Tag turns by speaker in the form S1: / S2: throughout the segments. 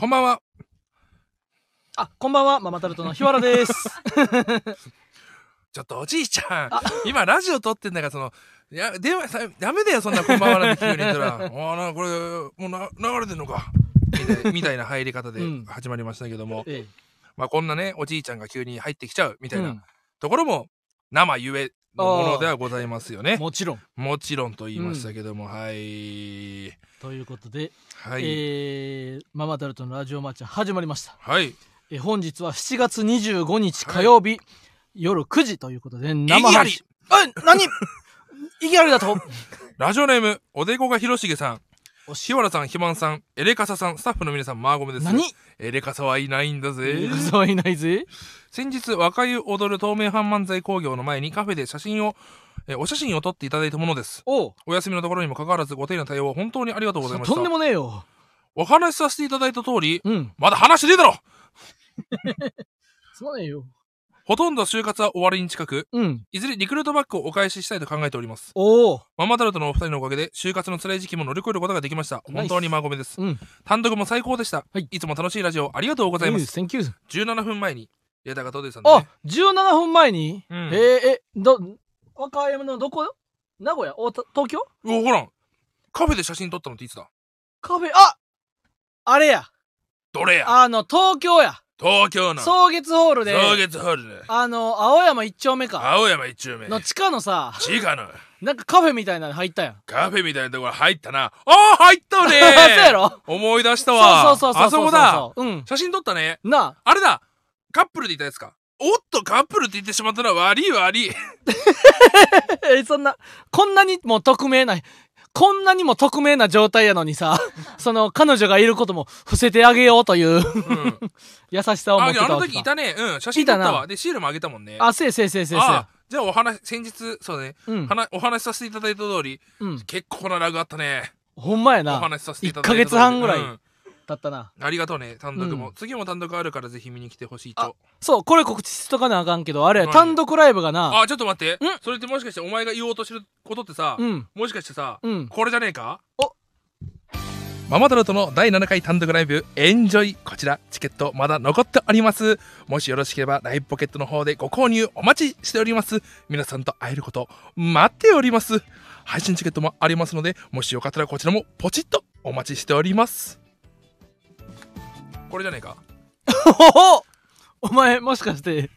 S1: こんばんは。
S2: あ、こんばんは、ママタルトの日原 です。
S1: ちょっとおじいちゃん、今ラジオ撮ってんだから、その、いや、電話さ、ダメだよ、そんなこんばんはなんて急に言ったら、 あーな、これ、もうな、流れてんのか。みたいみたいな入り方で
S2: うん
S1: 始まりましたけども、
S2: え
S1: まあこんなね、おじいちゃんが急に入ってきちゃうみ
S2: え
S1: たいな
S2: うん
S1: ところも、生ゆえのものではございますよね。
S2: もちろん。
S1: もちろんと言いましたけども、はい。
S2: ということで、
S1: はい。
S2: えーママタルトのラジオマッチ始まりました。
S1: はい。
S2: えー本日は7月25日火曜日、夜9時ということで、生
S1: 意義あ
S2: 配
S1: り
S2: 信。あ、 何意義ありだと
S1: ラジオネーム、おでこがひろしげさん。
S2: おし
S1: 日原さん、ひまんさん、エレカサさん、スタッフの皆さん、マーゴメです。
S2: 何
S1: エレカサはいないんだぜ。
S2: えー、はいないぜ。
S1: 先日若湯踊る透明版漫才工業の前にカフェで写真をえーお写真を撮っていただいたものです
S2: おう
S1: お休みのところにもかかわらずご丁寧な対応本当にありがとうございました
S2: とんでもねえよ。
S1: お話しさせていただいた通り
S2: うん。
S1: まだ話ねえだろ
S2: すまねえよ。
S1: ほとんど就活は終わりに近く
S2: うん。
S1: いずれリクルートバッグをお返ししたいと考えております
S2: おお。
S1: ママタルトのお二人のおかげで就活の辛い時期も乗り越えることができました
S2: ナイ
S1: 本
S2: ス
S1: 当にマーゴメです
S2: うん。
S1: 単独も最高でした、
S2: はいい、
S1: つも楽しいラジオありがとうございます
S2: Thank you.
S1: 17分前にレターが届いてたんで、
S2: あ
S1: ね、、
S2: 17分前に、
S1: うん
S2: えー、え、ど、若山のどこ名古屋おた東京
S1: うわほらんカフェで写真撮ったのっていつだ
S2: カフェ、ああれや。
S1: どれや
S2: あの、東京や。
S1: 東京の
S2: 草月ホールで、
S1: 草月ホールね
S2: あの、青山一丁目か。
S1: 青山一丁目
S2: の地下のさ、
S1: 地下の
S2: なんかカフェみたいなの入ったやん。
S1: カフェみたいなところ入ったなあー入ったね
S2: そうやろ
S1: 思い出した
S2: そう
S1: わ
S2: そうそうそう。
S1: あそこだ
S2: ううん。
S1: 写真撮ったね
S2: な
S1: あれだカップルでいたやつかおっとカップルって言ってしまったら悪い悪い
S2: あ、えそんな、こんなにも匿名な、こんなにも匿名な状態やの にさ、その、彼女がいることも伏せてあげようとい
S1: う
S2: う
S1: ん
S2: 優しさを持
S1: あ
S2: っ
S1: い
S2: て
S1: やあ
S2: た
S1: の
S2: わけ
S1: 時い
S2: か。
S1: たねうん写真撮っ
S2: い
S1: た
S2: た
S1: わ
S2: な
S1: でシールもあげたもんね
S2: あ、せえせえせえせえせえ
S1: あ。じゃあお話先日そうだね
S2: うん
S1: は。なお話しさせていただいた通り
S2: うん。
S1: 結構なラグあったね
S2: ほんまや
S1: お
S2: な。
S1: 話しさせていただいた通り
S2: 一ヶ月半ぐらい
S1: うん
S2: だったな。
S1: ありがとうね単独も
S2: うん
S1: 次も単独あるからぜひ見に来てほしいと
S2: そう、これ告知しとかなあかんけど、あれや、
S1: 何
S2: 単独ライブがな、
S1: あ、ちょっと待って
S2: ん。
S1: それってもしかしてお前が言おうとしてることってさ
S2: う、ん。
S1: もしかしてさ、
S2: うん。
S1: これじゃねえか
S2: お
S1: ママタルトの第7回単独ライブエンジョイこちらチケットまだ残っておりますもしよろしければライブポケットの方でご購入お待ちしております皆さんと会えること待っております配信チケットもありますのでもしよかったらこちらもポチッとお待ちしておりますこれじゃねえか
S2: おお お前もしかして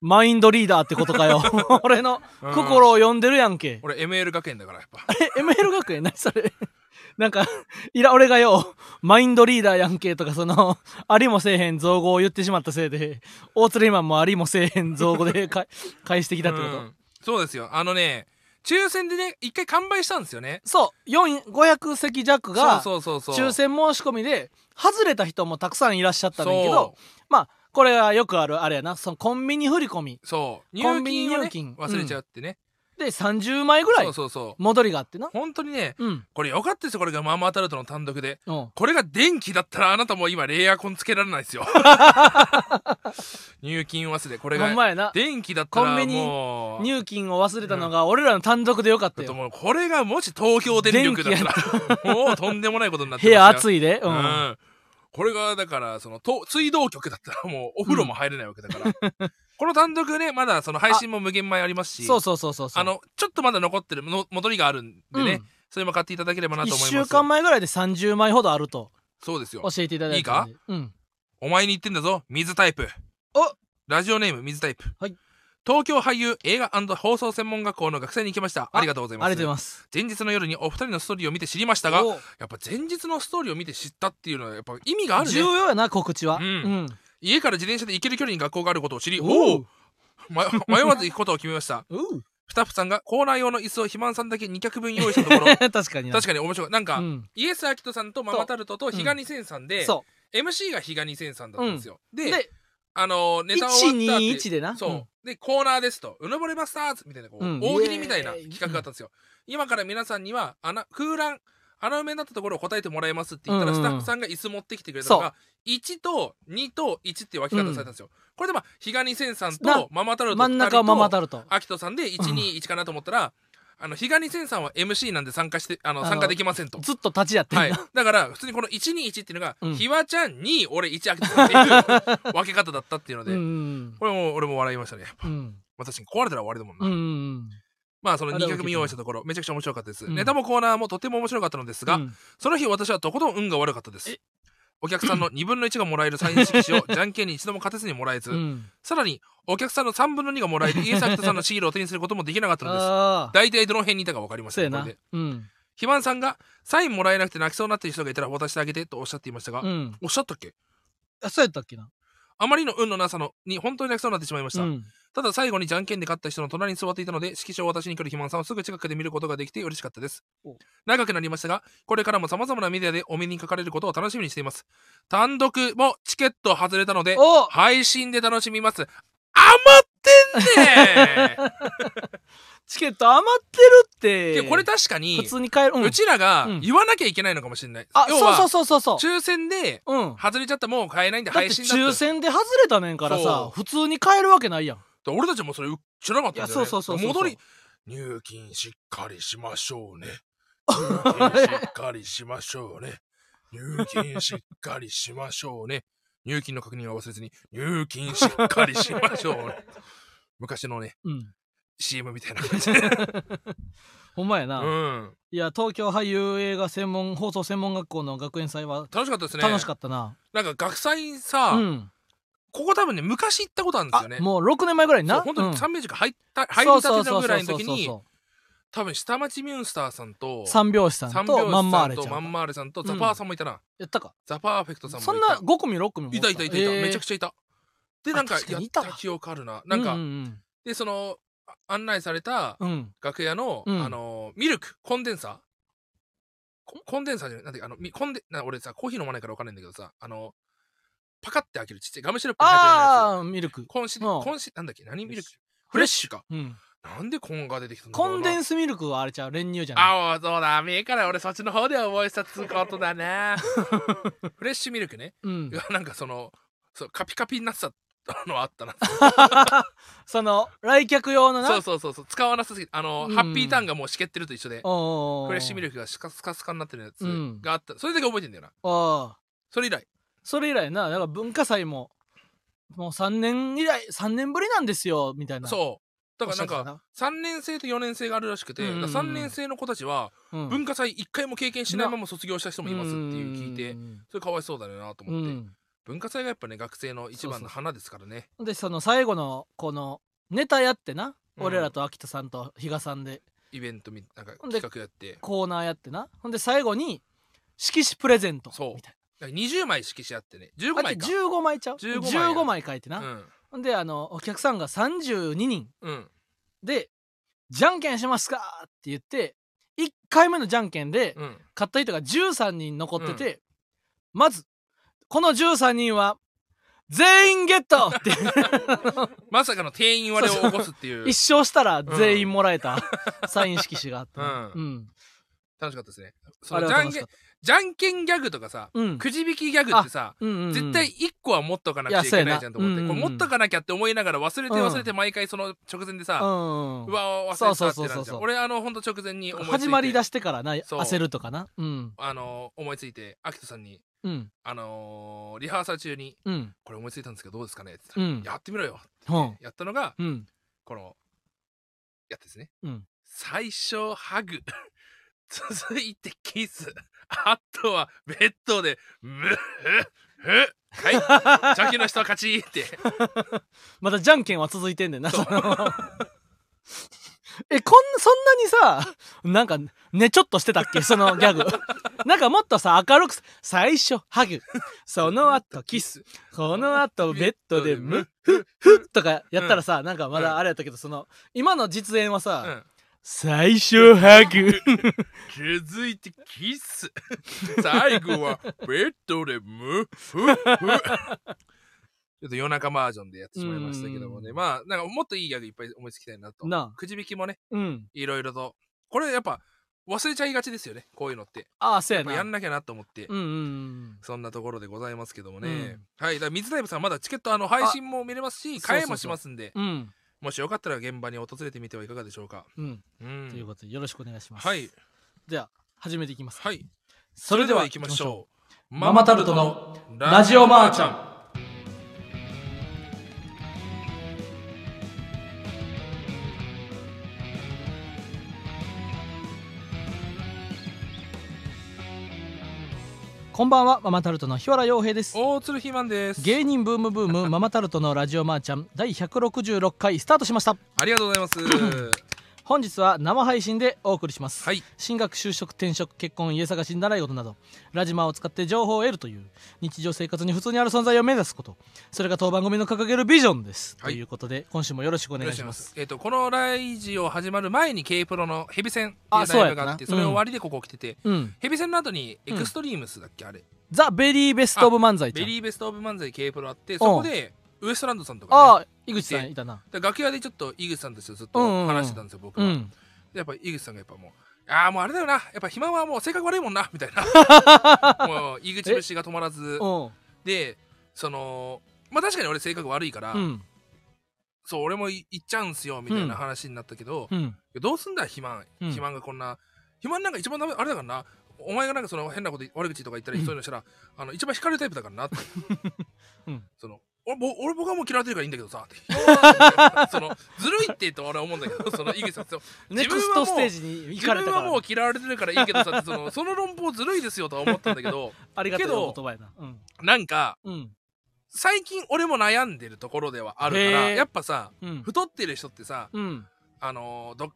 S2: マインドリーダーってことかよ俺の心を読んでるや んけ、
S1: 俺 ML 学園だからやっぱ
S2: え ML 学園何それ なんかいら俺がよマインドリーダーやんけとかその ありもせえへん造語を言ってしまったせいで大鶴マンもありもせえへん造語でか 返してきたってこと、
S1: うんそうですよあのね抽選でね一回完売したんですよね
S2: そう4 500席弱が
S1: そうそうそうそう
S2: 抽選申し込みで外れた人もたくさんいらっしゃったんだけど
S1: そ
S2: まあこれはよくあるあれやなそのコンビニ振り込み
S1: うそう
S2: コ
S1: 入
S2: ンビニ
S1: 金をね
S2: 入金
S1: 忘れちゃうってね、
S2: で30枚ぐらい
S1: そうそうそう
S2: 戻りがあってな。
S1: 本当にね
S2: うん。
S1: これよかったですよこれがママタルトの単独で
S2: うん。
S1: これが電気だったらあなたもう今レイヤーコンつけられないです よ入金忘れこれ
S2: ほんま
S1: が
S2: やな。
S1: 電気だったらもう
S2: コンビニ
S1: もう
S2: 入金を忘れたのが、俺らの単独でよかった
S1: だと
S2: よ。
S1: もうこれがもし東京電力だったらもうとんでもないことになって
S2: 部
S1: い、
S2: 屋暑いで。う。
S1: うんん、これがだからそのと水道局だったらもうお風呂も入れないわけだから、 この単独ねまだその配信も無限前ありますし
S2: そうそうそうそうそう。
S1: あ、のちょっとまだ残ってるの戻りがあるんでね、
S2: うん
S1: それも買っていただければなと
S2: 1
S1: 思います
S2: 週間前ぐらいで30枚ほどあると
S1: そうですよ
S2: 教えていただいたんで。うん。
S1: お前に言ってんだぞ水タイプ
S2: お
S1: ラジオネーム水タイプ、
S2: はい
S1: 東京俳優映画放送専門学校の学生に行きましたありがとうございます
S2: ありがとうございます。
S1: 前日の夜にお二人のストーリーを見て知りましたが
S2: お
S1: やっぱ前日のストーリーを見て知ったっていうのはやっぱ意味がある
S2: 重
S1: ね
S2: 要やな、告知は。
S1: う
S2: うんん。
S1: 家から自転車で行ける距離に学校があることを知りお
S2: お
S1: おま迷わず行くことを決めました
S2: おう
S1: スタッフさんがコーナー用の椅子を肥満さんだけ2脚分用意したと ころ
S2: 確かにな。
S1: 確かに面白いなんか、
S2: うん。
S1: イエス・アキトさんとママタルトと比嘉二千さんで、
S2: そ
S1: MC が比嘉二千さんだったんですよ、
S2: う。
S1: で
S2: で、
S1: あのネタ終わったって
S2: 121でな。
S1: そう、でコーナーですと「うぬぼれマスターズ」みたいなこう、
S2: うん
S1: 大喜利みたいな
S2: イエーイ
S1: 企画があったんですよ、今から皆さんには穴空欄穴埋めになったところを答えてもらいますって言ったら、
S2: うんう
S1: ス
S2: んうん
S1: タッフさんが椅子持ってきてくれたのが1と2と1っていう分け方されたんですよ、これでまあ比嘉二千さん
S2: な
S1: とママタルト
S2: うん。真ん中はママ
S1: ル
S2: タルト。
S1: アキトさんで121かなと思ったら、あの、ひがにせんさんは MC なんで参加して、あの、
S2: あの
S1: 参加できませんと。
S2: ずっと立ちやってんな、
S1: はい。だから、普通にこの121っていうのが、
S2: うん
S1: ひわちゃんに俺1開けてたって いう分け方だったっていうので、
S2: うん
S1: これも、俺も笑いましたね。やっぱ
S2: うんうん
S1: 私壊れたら終わりだもんな。
S2: うんうん
S1: まあ、その
S2: あれは
S1: 2曲目用意したところ、めちゃくちゃ面白かったです。
S2: うん
S1: ネタもコーナーもとても面白かったのですが、
S2: うん
S1: その日私はとことん運が悪かったです
S2: え。
S1: お客 さんの2分の1がもらえるサイン色紙をじゃんけんに一度も勝てずにもらえず、
S2: うん
S1: さらにお客さんの3分の2がも らえる家作田さんのシールを手にすることもできなかったのです。
S2: ああ
S1: 大体どの辺にいたか分かりませ
S2: そうんや
S1: これ
S2: な
S1: で。
S2: うん
S1: 肥満さんがサインもらえなくて泣きそうになっている人がいたら渡してあげてとおっしゃっていましたが、
S2: うん
S1: おっしゃったっけ
S2: あそうやったっけな
S1: あまりの運のなさのに本当に泣きそうになってしまいました、
S2: うん
S1: ただ最後にじゃんけんで勝った人の隣に座っていたので色紙を渡しに来る肥満さんをすぐ近くで見ることができて嬉しかったです
S2: お
S1: 長くなりましたがこれからもさまざまなメディアでお目にかかれることを楽しみにしています単独もチケット外れたので
S2: お
S1: 配信で楽しみます余ってんね
S2: チケット余ってるっ
S1: で
S2: て
S1: これ確かに
S2: 普通に買える、うん
S1: うちらが
S2: うん
S1: 言わなきゃいけないのかもしれない、
S2: あ
S1: 要は
S2: そうそうそうそうそう
S1: 抽選で
S2: うん
S1: 外れちゃったもう買えないんで
S2: だって
S1: 配信だ
S2: 抽
S1: った
S2: 選で外れたねんから
S1: そ
S2: さ普通に買えるわけないやん
S1: 俺たちもそれ知らなかったんだよ、ね、
S2: いやそうそうそうそう
S1: 戻り入金しっかりしましょ うね入金しっかりしましょうね入金しっかりしましょうね入金の確認は忘れずに入金しっかりしましょう ね昔のね
S2: うん
S1: CM みたいな感じで
S2: ほんまやな、
S1: うん
S2: いや東京俳優映画専門放送専門学校の学園祭は
S1: 楽しかったですね
S2: 楽しかったな、
S1: なんか学祭さ、
S2: うん
S1: ここ多分ね昔行ったことあるんですよね
S2: もう6年前ぐらいに
S1: そう
S2: な
S1: 本当に
S2: うん
S1: 3名塾入った入りたてのぐらいの時
S2: そうそうそうそう
S1: に
S2: そう
S1: 多分下町ミュンスターさんと
S2: 三拍子さん
S1: 三拍
S2: と
S1: 子
S2: まんま
S1: さ
S2: あれ
S1: ん
S2: ちゃ
S1: と
S2: ん
S1: マンマーレさんと
S2: うん
S1: ザパーさんもいたな、
S2: やったか
S1: ザパーフェクトさん
S2: そ
S1: も
S2: ん
S1: い
S2: な
S1: た
S2: 5組6組も
S1: いたいたいたいた、めちゃく
S2: ち
S1: ちゃいたでなんか
S2: あ確か
S1: やっ
S2: にいたわ
S1: た記憶あるななんか、
S2: うん
S1: でそのあ案内された
S2: うんうん
S1: 楽屋の、
S2: うん
S1: あのミルクコンデンサーココンデンサーじゃないなんてあのみコンデな俺さコーヒー飲まないから分かんないんだけどさあのパカッて開けるちっちゃいガムシロップに入ってるや
S2: ああミルク
S1: つコンシ
S2: うん
S1: コンシなんだっけ何ミルクフ
S2: フ
S1: レ
S2: レ
S1: ッ
S2: ッ
S1: シュか
S2: うん
S1: なんでコンが出てきたんだろう
S2: コ
S1: な
S2: ンデンスミルクはあれちゃう練乳じゃない
S1: ああそうだめえから俺そっちの方で覚えしたつうことだなフレッシュミルクね、
S2: うん
S1: いやなんかそのそうカピカピになってたのはあったな
S2: その来客用のな
S1: そうそうそうそう使わなさすぎてあの、
S2: うん
S1: ハッピーターンがもう湿ってると一緒でフレッシュミ
S2: ル
S1: ルクがスカスカスカになってるやつ
S2: うん
S1: があった、それだけ覚えてんだよな
S2: クああ
S1: それ以来
S2: それ以来なだから文化祭ももう3年以来3年ぶりなんですよみたいな
S1: そうだからなん
S2: おっしゃって
S1: か
S2: たな
S1: 3年生と4年生があるらしくて、
S2: うんうんうん
S1: だ3年生の子たちは
S2: うん
S1: 文化祭1回も経験しないまま卒業した人もいますっていう聞いて
S2: うん
S1: それかわいそうだよなと
S2: う
S1: 思って、
S2: ん
S1: 文化祭がやっぱね学生の一番の花ですからね
S2: でその最後のこのネタやってな、
S1: うん
S2: 俺らと秋田さんと比嘉さんで
S1: イベントみなんか
S2: ほんで
S1: 企画やって
S2: コーナーやってなほんで最後に色紙プレゼント
S1: そう
S2: みたい
S1: なんか20枚色紙あってね15
S2: なあれ
S1: 枚か
S2: 15枚ちゃう
S1: 15
S2: 15
S1: 枚
S2: 枚
S1: や
S2: 書いて
S1: う
S2: な、
S1: ん
S2: ほんであのお客さんが32人
S1: うん
S2: で「じゃんけんしますか!」って言って1回目のじゃんけんで
S1: うん
S2: 買った人が13人残ってて、まずこの13人は全員ゲットって
S1: まさかの定員割れを起こすっていう
S2: 一生したら全員もらえたサイン色紙があってな、
S1: うん
S2: うん
S1: 楽しかったですねそ
S2: あ
S1: の
S2: れは
S1: じゃん
S2: 楽
S1: け
S2: し
S1: ん
S2: かっ
S1: じゃんけんギャグとかさ
S2: た。うん
S1: くじ引きギャグってさ
S2: うんうんうん
S1: 絶対1個は持っとかなくちゃいけないじゃんと思って
S2: いやそうやな
S1: これ持っとかなきゃって思いながら忘れて
S2: うん
S1: 忘れて毎回その直前で
S2: う
S1: さ
S2: んうん
S1: うわ忘れてたってな
S2: そうそうそ
S1: る
S2: う
S1: じ
S2: そ
S1: ゃ
S2: うん
S1: 俺あのほんと直前に思いついて
S2: 始まり出してからな
S1: そう
S2: 焦るとかなうん
S1: あの思いついてアキトさんに
S2: うん
S1: あのーリハーサル中に
S2: うん
S1: これ思いついたんですけどどうですかねって
S2: う
S1: 言
S2: ん
S1: ったらやってみろよ
S2: うん
S1: やったのが
S2: うん
S1: このやつですね、
S2: うん
S1: 最初ハグ 続いてキス あとはベッドでムッフッ はい邪気の人は勝ちって
S2: まだじゃんけんは続いてんねんな
S1: そう
S2: その えこんそんなにさなんかねちょっとしてたっけそのギャグ なんかもっとさ明るく最初ハグその後キスこの後ベッドでムッフフとかやったらさなんかまだあれやったけどその今の実演は
S1: う
S2: さ
S1: ん、
S2: 最初ハ グ
S1: 続いてキス 最後はベッドでムッフ ッフちょっと夜中バージョンでやってしまいましたけどもね
S2: うん
S1: まあなんかもっといいギャグいっぱい思いつきたいなと
S2: なあ
S1: くじ引きもね
S2: うん
S1: いろいろとこれやっぱ忘れちゃいがちですよねこういうのって
S2: ああそう
S1: やっ
S2: や
S1: ぱ
S2: な
S1: やんなきゃなと思って、
S2: うんうんうん
S1: そんなところでございますけどもね、
S2: うん
S1: はいだから水ダイブさんまだチケットあの配信も見れますし
S2: そうそうそう
S1: 買えもしますんで
S2: うん
S1: もしよかったら現場に訪れてみてはいかがでしょうか。
S2: うん。
S1: う
S2: というこ
S1: ん。
S2: とで、よろしくお願いします。
S1: はい。
S2: じゃあ、始めていきます。
S1: はい。
S2: そ
S1: それでは行
S2: 行
S1: きましょう。
S2: ママタルトのラジオマーちゃん。こんばんは、ママタルトの日原洋平です。
S1: 大鶴ひまんです。
S2: 芸人ブームブー ムママタルトのラジオマーちゃん第166回スタートしました。
S1: ありがとうござい ます。
S2: 本日は生配信でお送りします、
S1: はい
S2: 進学就職転職結婚家探し習い事などラジマを使って情報を得るという日常生活に普通にある存在を目指すことそれが当番組の掲げるビジョンです、
S1: はい
S2: ということで今週もよろしくお願いします
S1: えっ、とこのライジオ始まる前に K プロのヘビ戦ってい
S2: あ
S1: う
S2: そう
S1: ライブ
S2: やったな
S1: があってそれ終わりでここ来てて、
S2: うん
S1: ヘビ戦の後にエクストリームスだっけ、あれ
S2: ザ・ベリーベスト・オブ・漫才ちゃ
S1: ベ
S2: ん
S1: リーベストオブ漫才 K プロあってそこでウエストランドさんとか、ね、
S2: ああ井口さんいたな
S1: だから楽屋でちょっと井口さんとしてずっ
S2: うんうんう
S1: と
S2: ん
S1: 話してたんですよ、僕
S2: う
S1: は、
S2: ん
S1: でやっぱ井口さんがやっぱもうああもうあれだよなやっぱ暇はもう性格悪いもんなみたい なもう井口節が止まらず
S2: おう
S1: でそのまあ確かに俺性格悪いから、
S2: うん
S1: そう俺もい行っちゃうんすよみたいな話になったけど、
S2: うん
S1: いやどうすんだ肥満
S2: うん
S1: 肥満がこんな肥満なんか一番ダメあれだからなお前がなんかその変なこと悪口とか言ったり
S2: うん
S1: そういうのしたら、あの一番惹かれるタイプだからなって
S2: うん
S1: その俺ぼ俺僕はもう嫌われてるからいいんだけどさって そのずるいってと俺は思うんだけどその井口さんそう
S2: ネ
S1: 自
S2: ク
S1: 分
S2: ス
S1: はも
S2: ト
S1: う
S2: ステージに行
S1: 自
S2: かれ
S1: 分
S2: たか
S1: はもう
S2: ら
S1: 嫌われてるからいいけどさってそのその論法ずるいですよとは思ったんだけ ど
S2: ありがたい
S1: けど
S2: お言葉やなうん
S1: なんか
S2: うん
S1: 最近俺も悩んでるところではあるか
S2: へ
S1: ら
S2: ー
S1: やっぱさ
S2: うん
S1: 太ってる人ってさ
S2: うん
S1: あのー、ド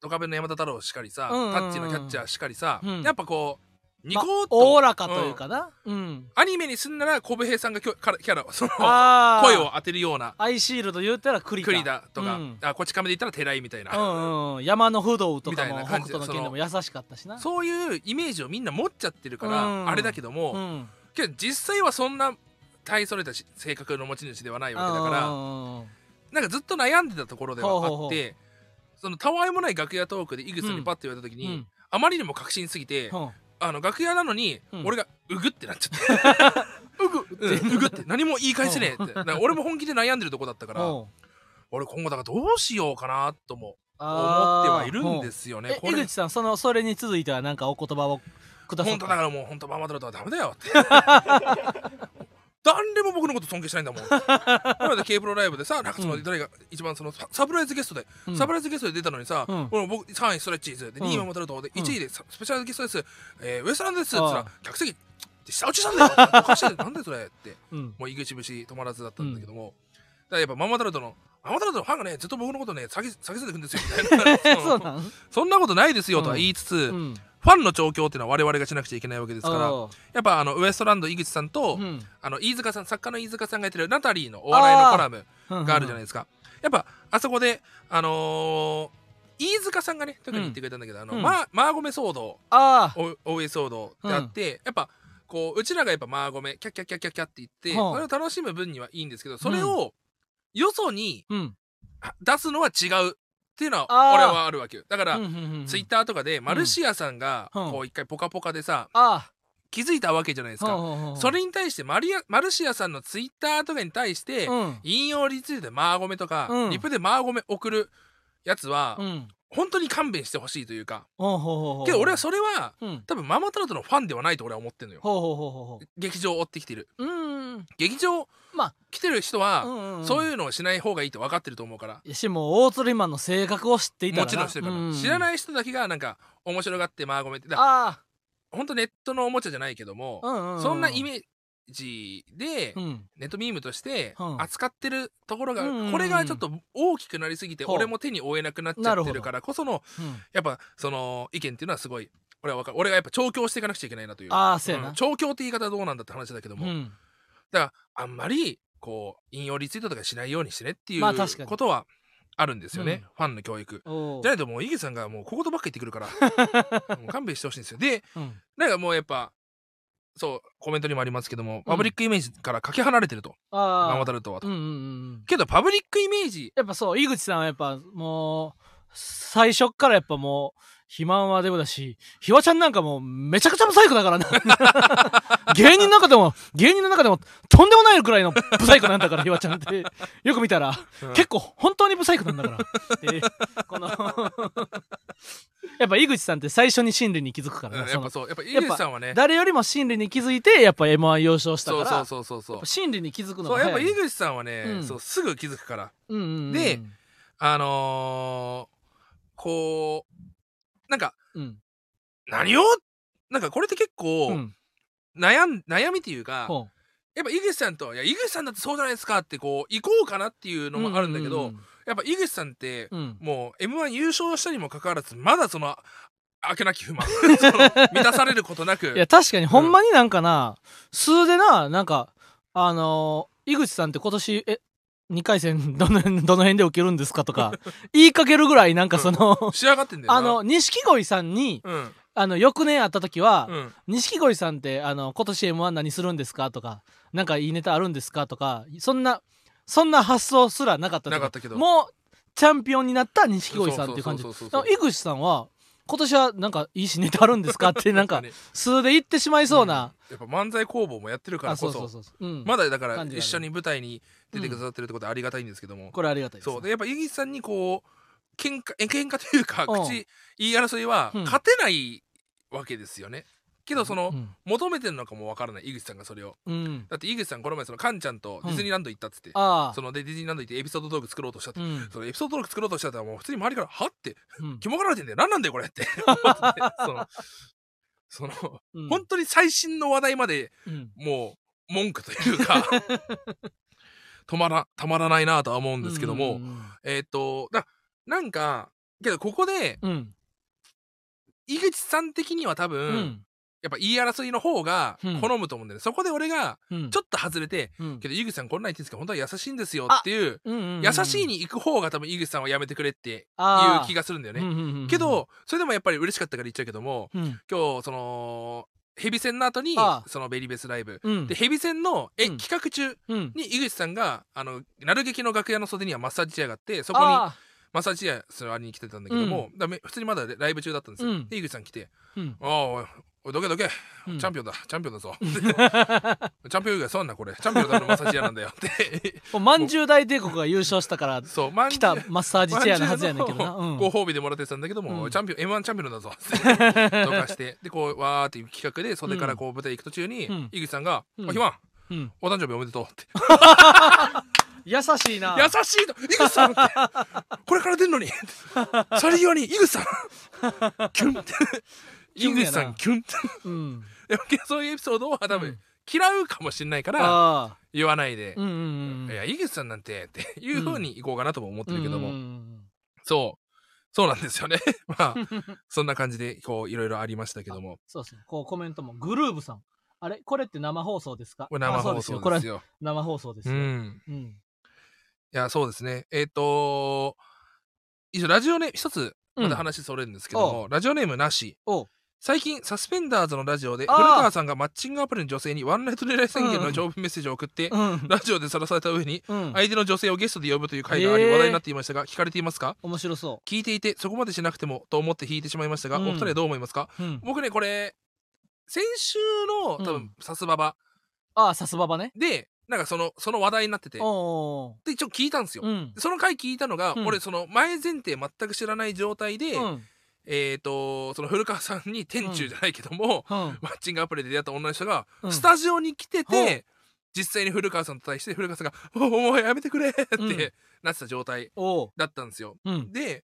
S1: ドカベンの山田太郎しかりさ、
S2: うんうんうん
S1: タッチのキャッチャーしかりさ、
S2: うん
S1: やっぱこうニコ
S2: ま
S1: ー
S2: あ
S1: っと、
S2: おおらかというかなうん
S1: アニメにすんなら小部平さんがきょからキャラ その
S2: あー
S1: 声を当てるような
S2: アイシールド言うたら栗か
S1: 栗だとか、
S2: うん
S1: あこっち亀で言ったら寺井みたいな、
S2: うんうん、山の不動とか
S1: みたい
S2: も
S1: な
S2: 北
S1: 感じで
S2: 斗の剣でも優しかったしな
S1: そういうイメージをみんな持っちゃってるから、
S2: うん
S1: あれだけども、
S2: ん、
S1: けど実際はそんな大それたし性格の持ち主ではないわけだから、
S2: うん
S1: なんかずっと悩んでたところではあって
S2: ほうほうほう
S1: そのたわいもない楽屋トークで井口さんにパッて言われた時に、
S2: うん
S1: あまりにも確信すぎて、
S2: うん
S1: あの楽屋なのに、
S2: うん
S1: 俺がうぐってなっちゃ ってうぐってうぐって何も言い返せねえってだから俺も本気で悩んでるとこだったから
S2: うん
S1: 俺今後だからどうしようかなとも思って
S2: あ
S1: はい
S2: ー
S1: るんですよ
S2: うん
S1: ね
S2: え
S1: これ
S2: 江口さんそのそれに続いては何かお言葉をくださっ
S1: 本当だ
S2: た
S1: からもう本当ママドラとはダメだよって 誰も僕のこと尊敬しないんだもんなので K プロライブでさなんかその誰が一番そのササプライズゲストで、
S2: うん
S1: サプライズゲストで出たのにさ、
S2: うん
S1: 俺も僕3位ストレッチーズで
S2: うん
S1: 2位ママドラとで
S2: うん
S1: 1位でサスペシャルゲストです、えーウエストランドですっ
S2: あ
S1: つ
S2: あ
S1: ったら客席って下打ちしたんだよおかしいなんでそれって
S2: うん
S1: もう井口節止まらずだったんだけども、だからやっぱママタルトのママタルトのファンがねずっと僕のことね下げ下げてくるん ですよみたいな
S2: そうなん
S1: そんなことないですよとは言いつつ、
S2: う
S1: フ
S2: ん
S1: ァンの調教っていうのは我々がしなくちゃいけないわけですから
S2: おう
S1: やっぱあのウエストランド井口さんと、
S2: うん
S1: あの飯塚さん作家の飯塚さんがやってるナタリーのお笑いのコラムがあるじゃない
S2: い
S1: ですか、やっぱあそこであのー飯塚さんがね特に言ってくれたんだけど、あの
S2: うん
S1: マーマーゴメ騒動
S2: ああ
S1: お大江騒動であって、やっぱこううちらがやっぱマーゴメキャッキャッキャッキャッキャッって言って、
S2: はあ
S1: それを楽しむ分にはいいんですけどそれをよそに
S2: うん
S1: あ出すのは違うっていうのは
S2: あー
S1: 俺はあるわけよだから、ツ
S2: ツ
S1: イッターとかでマルシアさんが
S2: うん
S1: こう一回ポカポカでさ
S2: あ
S1: 気づいたわけじゃないです
S2: あ
S1: か、
S2: ほう
S1: それに対してマリアマルシアさんのツイッターとかに対して、
S2: うん
S1: 引用リツイートでマーゴメとか、
S2: うん
S1: リプでマーゴメ送るやつは、
S2: うん
S1: 本当に勘弁してほしいというか
S2: ほうほうほうほう
S1: けど俺はそれは
S2: うん
S1: 多分ママタルトのファンではないと俺は思ってるのよ
S2: ほうほうほうほうほ
S1: 劇場を追ってきてる
S2: ううん
S1: 劇場、
S2: まあ
S1: 来てる人は、そう
S2: う
S1: いうのをしない方がいいと分かってると思うから
S2: いしも大鶴マンの性格を知っていたら
S1: もちろんしてるから、知ら
S2: い
S1: ない人だけがなんか面白がってマーゴメってだから
S2: あ
S1: ほんとネットのおもちゃじゃないけども、
S2: あうんうう
S1: そんなイメージで、
S2: うん
S1: ネットミームとして
S2: うん
S1: 扱ってるところが、
S2: うんうんうん
S1: これがちょっと大きくなりすぎて、
S2: ほう
S1: 俺も手に負えなくなっちゃってるからこその
S2: うん
S1: やっぱその意見っていうのはすごい俺は分かる俺がやっぱ調教していかなくちゃいけないなという
S2: ああそうや
S1: う、
S2: なん
S1: 調教って言い方どうなんだって話だけど
S2: う
S1: も、
S2: ん、
S1: あんまりこう引用リツイートとかしないようにしてねっていう
S2: まあ確かに
S1: ことはあるんですよね、
S2: うん
S1: ファンの教育。
S2: お
S1: じゃ
S2: ー
S1: ないともう井口さんがもう小言ばっか言ってくるから もう勘弁してほしいんですよ。で
S2: うん
S1: なんかもうやっぱそうコメントにもありますけども、パブリックイメージからかけ離れてるとマ
S2: あ
S1: マ
S2: あ
S1: タルトはと
S2: うんうんうん
S1: けどパブリックイメージ
S2: やっぱそう井口さんはやっぱもう最初っからやっぱもう肥満はデブだし、ひわちゃんなんかもうめちゃくちゃブサイクだから な。芸人の中でも、芸人の中でもとんでもないくらいのブサイクなんだから、ひわちゃんって。よく見たら、結構本当にブサイクなんだから。でこの、やっぱ井口さんって最初に真理に気づくか
S1: うん
S2: らな
S1: や
S2: そ
S1: っ
S2: の
S1: ぱそうやっぱ井口さんはね
S2: 誰よりも真理に気づいて、やっぱ M1 優勝したか
S1: そ
S2: ら
S1: う、そうそうそうそう
S2: 真理に気づくの
S1: そう
S2: が
S1: やっぱ
S2: 早い
S1: 井口さんはね、
S2: うん
S1: そうすぐ気づくから
S2: うんうんうん
S1: であのーこうなんか
S2: うん
S1: 何をなんかこれって結構
S2: うん
S1: 悩ん悩みっていうか、
S2: ほ
S1: やっぱ井口さんとはいや井口さんだってそうじゃないですかってこう行こうかなっていう
S2: う
S1: のもあるんだけど、
S2: う
S1: やっぱ井口さんって
S2: うんうん
S1: もう m 1優勝したにもかかわらずまだそのあけなき不 満その満たされることなく
S2: いや確かにほんまになんかな、数でななんかあのー井口さんって今年え2回戦 どのどの辺で受けるんですか とか言いかけるぐらいなんかその、
S1: 仕上がってんだよな
S2: あの錦鯉さんに
S1: うん
S2: あの翌年会った時は
S1: うん
S2: 錦鯉、さんってあの今年 m 1何するんですかとかなんかいいネタあるんですかとかそんなそんな発想すらなかったとい
S1: な
S2: う
S1: かったけど
S2: もうチャンピオンになった錦鯉さんっていう感じ
S1: そうそう
S2: だ
S1: そう
S2: か
S1: そう
S2: ら井口さんは今年はなんかいいしネタあるんですかってなんか
S1: ね
S2: 数で言ってしまいそうな、
S1: やっぱ漫才工房もやってるから
S2: あ
S1: こ
S2: そ
S1: そう
S2: そうそうそう、うん
S1: まだだから
S2: 感じがある
S1: 一緒に舞台に出てくださってるってことはありがたいんですけども、
S2: これありがたいですね
S1: そうでやっぱ井口さんにこう喧嘩え喧嘩というか
S2: うん
S1: 口言い争いは
S2: うん
S1: 勝てないわけですよね、けどその、
S2: うん
S1: 求めてるのかもわからない井口さんがそれを
S2: うん
S1: だって井口さんこの前そのカンちゃんとディズニーランド行ったっつって、
S2: ああ
S1: そのでディズニーランド行ってエピソードトーク作ろうとしたって、
S2: うん
S1: そのエピソードトーク作ろうとしたってもう普通に周りから「は?」って
S2: うん
S1: 「もがられてんだよ何なんだよこれ」って 思ってそのその、
S2: うん
S1: 本当に最新の話題まで
S2: うん
S1: もう文句というか 止まらたまらないなとは思うんですけども、えーっとだなんかけどここで
S2: うん
S1: 井口さん的には多
S2: う
S1: 分、
S2: ん
S1: やっぱ言い争いの方が
S2: うん
S1: 好むと思うんだよね、そこで俺が
S2: うん
S1: ちょっと外れて、
S2: うん
S1: けど井口さんこんなん言ってんですけど本当は優しいんですよ
S2: あ
S1: っていう
S2: うんうんうん
S1: 優しいに行く方が多分井口さんはやめてくれっていう
S2: ああ
S1: 気がするんだよ
S2: うん
S1: ね。
S2: うんうんうん
S1: けどそれでもやっぱり嬉しかったから言っちゃうけども
S2: うん
S1: 今日そのヘビ戦の後に
S2: ああ
S1: そのベリーベースライブ
S2: うん
S1: でヘビ戦のえ
S2: うん
S1: 企画中
S2: うん
S1: に井口さんがあのなる劇の楽屋の袖にはマッサージチェアがあってそこにマ
S2: あ
S1: ッサージチェアそれありに来てたんだけども、だめ普通にまだライブ中だったんですよ、
S2: うん
S1: で井口さん来て
S2: あうん
S1: 「ああおいおいどけどけ
S2: うん
S1: チャンピオンだ チャンピオンだぞ」チャンピオン以外そんなこれチャンピオンだのマッサージチェアなんだよ」って
S2: もうまんじゅう大帝国が優勝した から
S1: そうマン
S2: 来たマッサージチェアのはずやねんけどな、
S1: ま
S2: うん
S1: じゅう
S2: ん
S1: のご褒美でもらってたんだけども、
S2: うん
S1: チャンピオン m 1チャンピオン だぞってとかしてでこうわーっていう企画で袖からこう舞台行く途中に、
S2: うん
S1: 井口さんが「
S2: うん
S1: おひまん
S2: うん、
S1: お誕生日おめでとう」って
S2: 優し
S1: 「
S2: いな
S1: 優しいと井口さん!」ってこれから出るのに去り際に井口さんキュンって
S2: キュ
S1: 井
S2: ンやな
S1: 口さんキュンって
S2: うん、
S1: でもそういうエピソードは多分、
S2: うん
S1: 嫌うかもしれないから
S2: ああ
S1: 言わないで
S2: うんうんうん
S1: 「いや井口さんなんて」っていうふうに行こうかなとも思ってるけども、
S2: うんうん
S1: そうそうなんですよね まあ
S2: うん
S1: そんな感じでこういろいろありましたけども
S2: そうですね。こうコメントも、グルーブさん。あれこれって生放送ですか
S1: これ生
S2: あそう
S1: 放送
S2: これ
S1: で
S2: は
S1: すよ。
S2: 生放送です
S1: う
S2: よ。
S1: ん。
S2: うん。
S1: いや、そうですね。えっ、と以上、ラジオネーム、一つ、また話それるんですけども、ラジオネームなし。
S2: おう
S1: 最近、サスペンダーズのラジオで、
S2: あー
S1: 古川さんがマッチングアプリの女性にワンナイト狙い宣言の長文メッセージを送って、
S2: うん。
S1: ラジオでさらされた上に、
S2: うん。
S1: 相手の女性をゲストで呼ぶという回があり
S2: へー
S1: 話題になっていましたが、聞かれていますか
S2: 面白そ
S1: 聞いていて、そこまでしなくてもと思って引いてしまいましたが、
S2: うん
S1: お二人はどう思いますか
S2: う。うん。
S1: 僕ね、これ、先週の、多
S2: う
S1: 分
S2: ん、
S1: サスババ
S2: ああ、さすばばね。
S1: で、なんかその、その話題になってて、
S2: お
S1: で、一応聞いたんですよ
S2: う。うん。
S1: その回聞いたのが、
S2: うん
S1: 俺その前前提全く知らない状態で、
S2: うん。
S1: えっ、とその古川さんに店中じゃないけども、
S2: うん。
S1: マッチングアプリで出会った女の人が、
S2: うん
S1: スタジオに来て
S2: ほ
S1: て、実際に古川さんと対して古川さんが「おおもうやめてくれ」って、
S2: うん
S1: なってた状態
S2: おう。
S1: だったんですよ。
S2: うん。
S1: で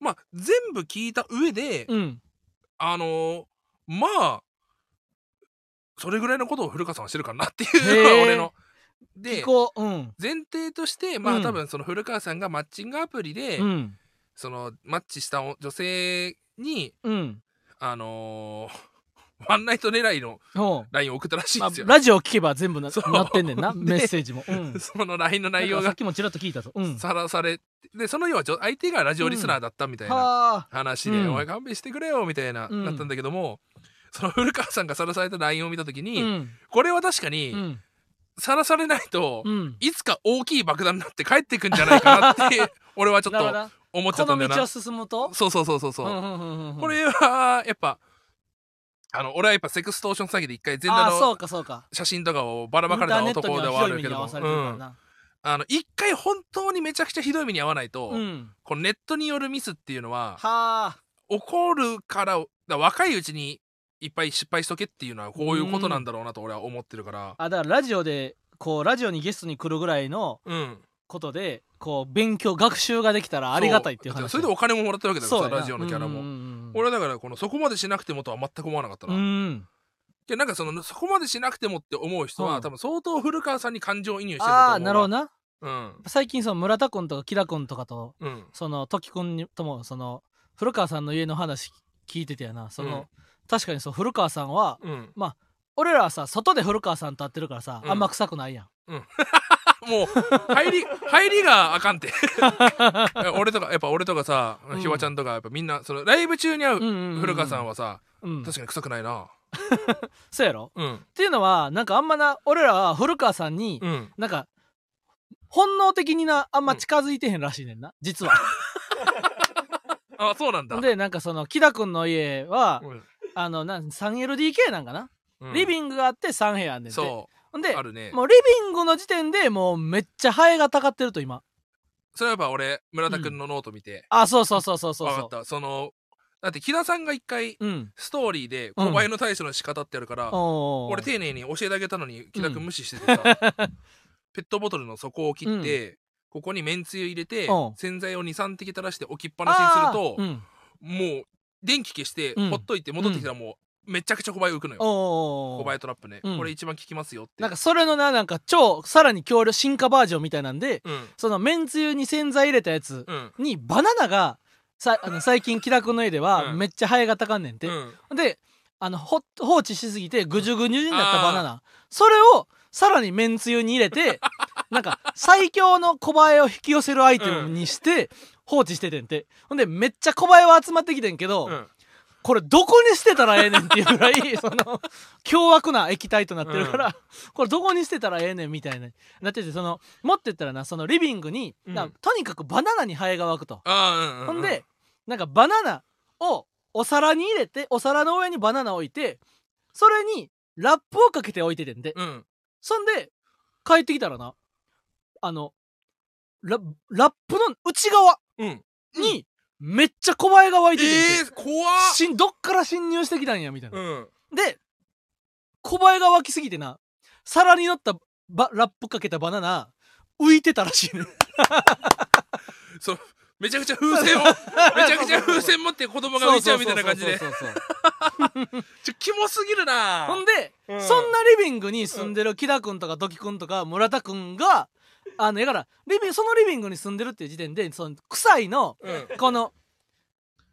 S1: まあ全部聞いた上で、
S2: うん。
S1: あのーまあそれぐらいのことを古川さんはしてるかなってい
S2: へ
S1: う
S2: ー
S1: 俺の。
S2: 聞
S1: で
S2: こう。うん。
S1: 前提としてまあ、
S2: うん
S1: 多分その古川さんがマッチングアプリで、
S2: うん。
S1: そのマッチしたお女性に
S2: うん。
S1: あのー ワンナイト狙いの
S2: おう。
S1: LINE を送ったらしいん
S2: まあ
S1: ですよ、
S2: ラジオ聞けば全部な
S1: そう
S2: なってんねん な、
S1: で
S2: メッセージも。うん。
S1: その LINE の 内容
S2: なんかさ
S1: が
S2: っきもちらっと聞いたぞ。うん。
S1: さらされてでその要はじょ相手がラジオリスナーだったみたいな
S2: はあ。
S1: 話で「
S2: うん
S1: お前勘弁してくれよ」みたいな、
S2: うん
S1: なったんだけどもその古川さんがさらされた LINE を見た時
S2: う
S1: に、
S2: ん。
S1: これは確かに
S2: ん。
S1: さらされないと、
S2: うん。
S1: いつか大きい爆弾になって帰ってくんじゃないかなって俺はちょっ
S2: なるほ
S1: と
S2: ど。
S1: 思っちゃ
S2: こ
S1: ったんだよ
S2: の
S1: な
S2: 道を進むと
S1: そうそうそうそうそう、
S2: うんうんうんうん
S1: これはやっぱあの俺はやっぱセクストーション詐欺で一回全
S2: ああ
S1: 裸
S2: そ
S1: の
S2: うかそうか
S1: 写真とかをばらまかれ
S2: イ
S1: た
S2: ンターネットに
S1: 男ではあるけども、
S2: 広い目に遭わされてるから
S1: うん
S2: な
S1: あの一回本当にめちゃくちゃひどい目に遭わないと、
S2: うん
S1: このネットによるミスっていうのは
S2: はあ
S1: 起こるからだから若いうちにいっぱい失敗しとけっていうのはこういうことなんだろうなと俺は思ってるから
S2: あだからラジオでこうラジオにゲストに来るぐらいの
S1: うん
S2: ことでこう勉強学習ができたらありがたいっていう
S1: そ
S2: 話
S1: それでお金ももらってるわけだか
S2: そう
S1: らさ
S2: やな
S1: ラジオのキャラも、
S2: うんうんうんうん
S1: 俺はだからこのそこまでしなくてもとは全く思わなかったな、
S2: う
S1: い
S2: ん
S1: やなんかそのそこまでしなくてもって思う人は、
S2: うん
S1: 多分相当古川さんに感情移入してると思う
S2: ああなるほどな
S1: な
S2: 最近その村田君とか木田君とかと
S1: うんうん
S2: その時君にともその古川さんの家の話聞いててやなその、
S1: うん
S2: 確かにそう古川さんは
S1: うん
S2: 俺らはさ外で古川さんと会ってるからさ、
S1: うん
S2: あんま臭くないやん
S1: あもう入り入りがあかんて 俺とかやっぱ俺とかさ
S2: うん
S1: ひわちゃんとかやっぱみんなそのライブ中に会う古
S2: 古
S1: 川さん
S2: は、
S1: はさ、
S2: うん、
S1: 確かに臭くないな
S2: そうやろ
S1: うん
S2: っていうのはなんかあんまな俺らは古川さんに、
S1: うん
S2: なんか本能的になあんま近づいてへんらしいねんな、実は
S1: あそうなんだ
S2: でなんかその木田君の家は、
S1: うん
S2: あのなん 3LDK なんかな、
S1: うん
S2: リビングがあって3部屋あんねんて
S1: そ
S2: ほん
S1: う
S2: で
S1: あるね
S2: もうリビングの時点でもうめっちゃハエがたかってると今
S1: それはやっぱ俺村田君のノート見て、
S2: あそうそうそうそうそう
S1: 分か
S2: そ
S1: っ
S2: う
S1: たそのだって木田さんが一回
S2: うん
S1: ストーリーで小林の対処の仕方ってやるから、
S2: おー
S1: 俺丁寧に教えてあげたのに木田君無視してて さ、ペットボトルの底を切って、ここにめんつゆ入れて、
S2: うん
S1: 洗剤を23滴垂らして置きっぱなしにすると、
S2: あーうん
S1: もう電気消して、
S2: うん
S1: ほっといて戻ってきたらもうめちゃくちゃ小林浮くのよ、
S2: おー
S1: 小林トラップね、
S2: うん
S1: これ一番効きますよって
S2: なんかそれのななんか超さらに強力進化バージョンみたいなんで
S1: うん
S2: そのめんつゆに洗剤入れたやつ
S1: うん
S2: にバナナがさあの最近気楽の家で
S1: う
S2: は
S1: ん
S2: めっちゃハエがたかんねんて、
S1: うん
S2: であのほ放置しすぎてぐじゅぐじゅになったバナ
S1: う
S2: ナそれをさらにめんつゆに入れて なんか最強の小映えを引き寄せるアイテムにして放置しててんてほんでめっちゃ小映えは集まってきてんけど、
S1: うん
S2: これどこに捨てたらええねんっていうぐらい その凶悪な液体となってるから、これどこに捨てたらええねんみたいななっててその持ってったらなそのリビングに、
S1: うん
S2: なとにかくバナナにハエが湧くと、
S1: あーうんうんうん
S2: ほんでなんかバナナをお皿に入れてお皿の上にバナナを置いてそれにラップをかけて置いててんで、
S1: うん
S2: そんで帰ってきたらなあのララップの内側
S1: うん
S2: にめっちゃ小映えが湧い
S1: え
S2: てて
S1: ー、
S2: んて、
S1: 怖っ
S2: しんどっから侵入してきたんやみたいな、
S1: うん
S2: で小映えが湧きすぎてな皿に乗ったばラップかけたバナナ浮いてたらしいね
S1: めちゃくちゃ風 船をめちゃくちゃ風船持って子供が浮いちゃうみたいな感じで
S2: そうそうそうそう
S1: ちょキモすぎるな
S2: ほんで、
S1: うん
S2: そんなリビングに住んでる木田君とか土器君とか村田君があのやからリビンそのリビングに住んでるっていう時点でその臭いの
S1: うん
S2: この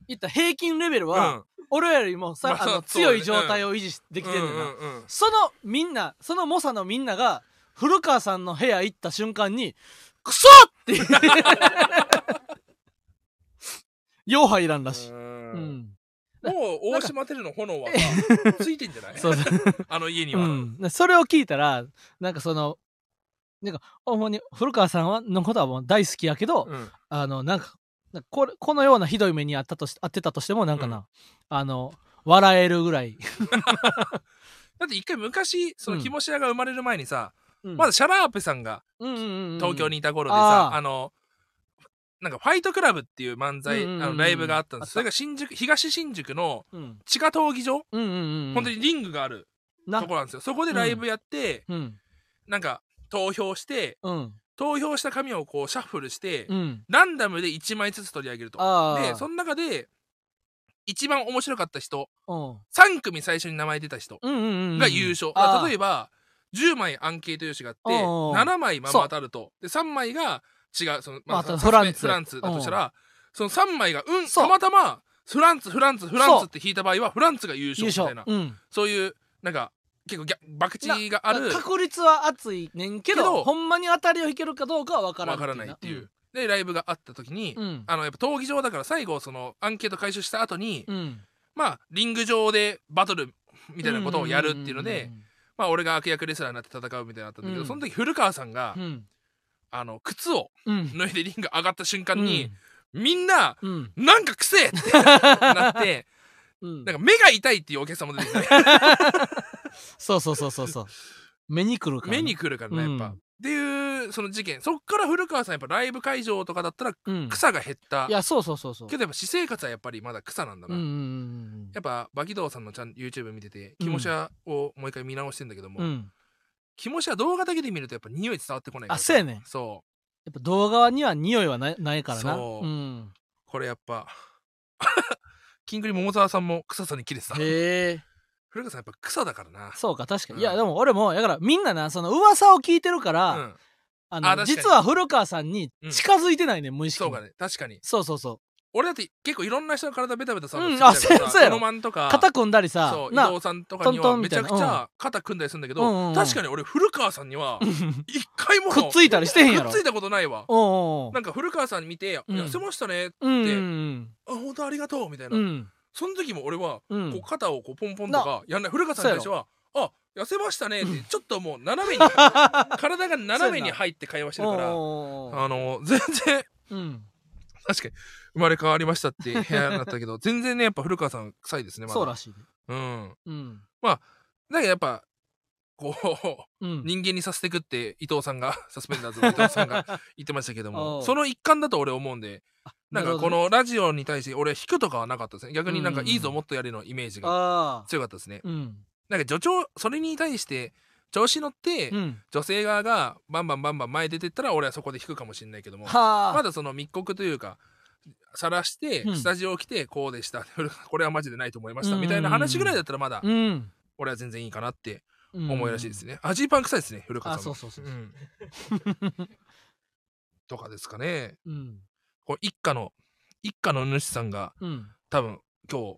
S2: 言った平均レベルは、俺らよりもさ、
S1: まあ
S2: あの
S1: そう
S2: 強い
S1: そうね
S2: 状態を維持しできてるんだな、
S1: うんうんうん
S2: そのみんなその猛者のみんなが古川さんの部屋行った瞬間に「クソ!」って言ってよう入らんらしい、
S1: うん
S2: うん、
S1: もう大島テルの炎はさついてんじゃない
S2: そうそう
S1: あの家に
S2: う
S1: は、
S2: ん、でそれを聞いたらなんかそのなんか主に古川さんはのことはもう大好きやけど、
S1: うん
S2: あのなんかなんかこれこのようなひどい目にあったとしあってたとしてもなんかな、
S1: う
S2: あの笑えるぐらい、
S1: だって一回昔その
S2: うん
S1: キモシアが生まれる前にさ、
S2: うん
S1: まだシャラーペさんが
S2: うんうんうんうん
S1: 東京にいた頃でさ、
S2: あー
S1: あのなんかファイトクラブっていう漫才、
S2: うんうんうん
S1: あのライブがあったんで
S2: あっ
S1: す
S2: た
S1: それが新宿東新宿の
S2: うん
S1: 地下闘技場、
S2: うんうんうん
S1: 本当にリングがあると
S2: な
S1: ころなんですよそこでライブやって、
S2: うん
S1: なんか投票して
S2: うん
S1: 投票した紙をこうシャッフルして、
S2: うん
S1: ランダムで1枚ずつ取り上げると
S2: ああ
S1: でその中で一番面白かった人
S2: うん
S1: 3組最初に名前出た人
S2: うんうんうんうん
S1: が優勝、だから例えば10枚アンケート用紙があって
S2: おうおう
S1: 7枚まんま当たるとで3枚が違うその、
S2: まあ
S1: さ
S2: フランツ
S1: フランツだとしたらその3枚がうんたまたまフランツフランツフラン
S2: そ
S1: ツ
S2: う
S1: って引いた場合はフランツが優勝
S2: 優
S1: みた
S2: 勝
S1: いな
S2: うん
S1: そういうなんか結構ギャ博打がある
S2: 確率は熱いねんけど
S1: けど
S2: ほんまに当たりを引けるかどうかは分からん
S1: わからないっていう、でライブがあった時に、
S2: うん
S1: あのやっぱ闘技場だから最後そのアンケート回収した後に、
S2: うん
S1: まあリング上でバトルみたいなことをやるっていうので、まあ俺が悪役レスラーになって戦うみたいなのあったんだけど、
S2: うん
S1: その時古川さんが、
S2: うん
S1: あの靴を
S2: うん
S1: 脱いでリング上がった瞬間に、みんな、
S2: うん。
S1: なんかくせえってな って、
S2: うん
S1: なんか目が痛いっていうお客さんも出 てきて、
S2: そうそうそうそうそう。目に来るからね。
S1: 目に来るからね、やっぱ。
S2: うん
S1: っていう、その事件。そっから古川さん、やっぱライブ会場とかだったら
S2: うん。
S1: 草が減った。
S2: いや、そうそうそうそう。
S1: けどやっぱ私生活はやっぱりまだ草なんだ
S2: う
S1: な。
S2: んうんうん
S1: やっぱ、バキドウさんのちゃん YouTube 見てて、キモシャをもう一回見直してんだけども、
S2: うん。うん。
S1: キモシャ動画だけで見るとやっぱ匂い伝わってこないから
S2: あ、そうやね。
S1: そう。
S2: やっぱ動画には匂いはないないからな。。
S1: そうんこれやっぱ キングリ桃沢さんも草さんに切れてた古
S2: へえ。
S1: 川さんやっぱ草だからな
S2: そうか、確か
S1: うん
S2: に。いや、でも俺も、だからみんなな、その噂を聞いてるか
S1: うん、
S2: ら、あ
S1: あ
S2: の、
S1: 確かに
S2: 実は古川さんに近づいてないね、無意識
S1: そう
S2: に。
S1: かね確かに
S2: そうそうそう。
S1: 俺だって結構いろんな人の体ベタベタさ
S2: う
S1: して
S2: ん
S1: きたから
S2: あそうそうやろ
S1: ノマンとか
S2: 肩組んだりさ
S1: そ、う伊
S2: な。
S1: 藤さんとかに
S2: ト
S1: は
S2: ントン
S1: め
S2: み
S1: ち
S2: たい
S1: ゃ
S2: な
S1: くちゃ肩組んだりするんだけ
S2: うんうんう
S1: ど
S2: ん
S1: 確かに俺古川さんに は一回も
S2: くっついたりしてへんや
S1: く
S2: ろ
S1: っつ。いたことないわ
S2: おうおうおう
S1: なんか古川さん見て「
S2: うん
S1: 痩せましたね」
S2: うんうん
S1: あ本当ありがとう」みたい
S2: うんう
S1: なんその時も俺は
S2: う
S1: こ
S2: ん
S1: う肩をこうポンポンとかやんない古川さんに対しては「あ痩せましたね」ってちょっともう斜め に体が斜めに入って会話してるから
S2: おうおうおう
S1: あの全然
S2: うん
S1: 確かに生まれ変わりましたって部屋になったけ ど全然ねやっぱ古川さん臭いですねまだ
S2: そうらしいね
S1: うん
S2: うん
S1: だけどやっぱこう
S2: うん
S1: 人間にさせてくって伊藤さんが サスペンダーズの伊藤さ んが言ってましたけど
S2: お
S1: も
S2: う
S1: その一環だと俺思うんでなんかこのラジオに対して俺引くとかはなかったですね逆になんかいいぞもっとやれのイメージが
S2: ああ
S1: 強かったですね
S2: うん
S1: なんか助長それに対して調子乗って
S2: うん
S1: 女性側がバンバンバンバン前出てったら俺はそこで引くかもしれないけども
S2: は
S1: ま
S2: あ
S1: だその密告というか晒して
S2: うん
S1: スタジオ来てこうでした、 これはマジでないと思いまし
S2: うん
S1: た
S2: うんう
S1: み
S2: ん
S1: たいな話ぐらいだったらまだ
S2: うん
S1: 俺は全然いいかなって
S2: うん
S1: 思うらしいですね。アジーパン臭いですね古川
S2: あ
S1: さん
S2: そ
S1: も
S2: うそうそう
S1: うん とかですかね
S2: うん
S1: これ一家の一家の主さんが
S2: うん
S1: 多分今日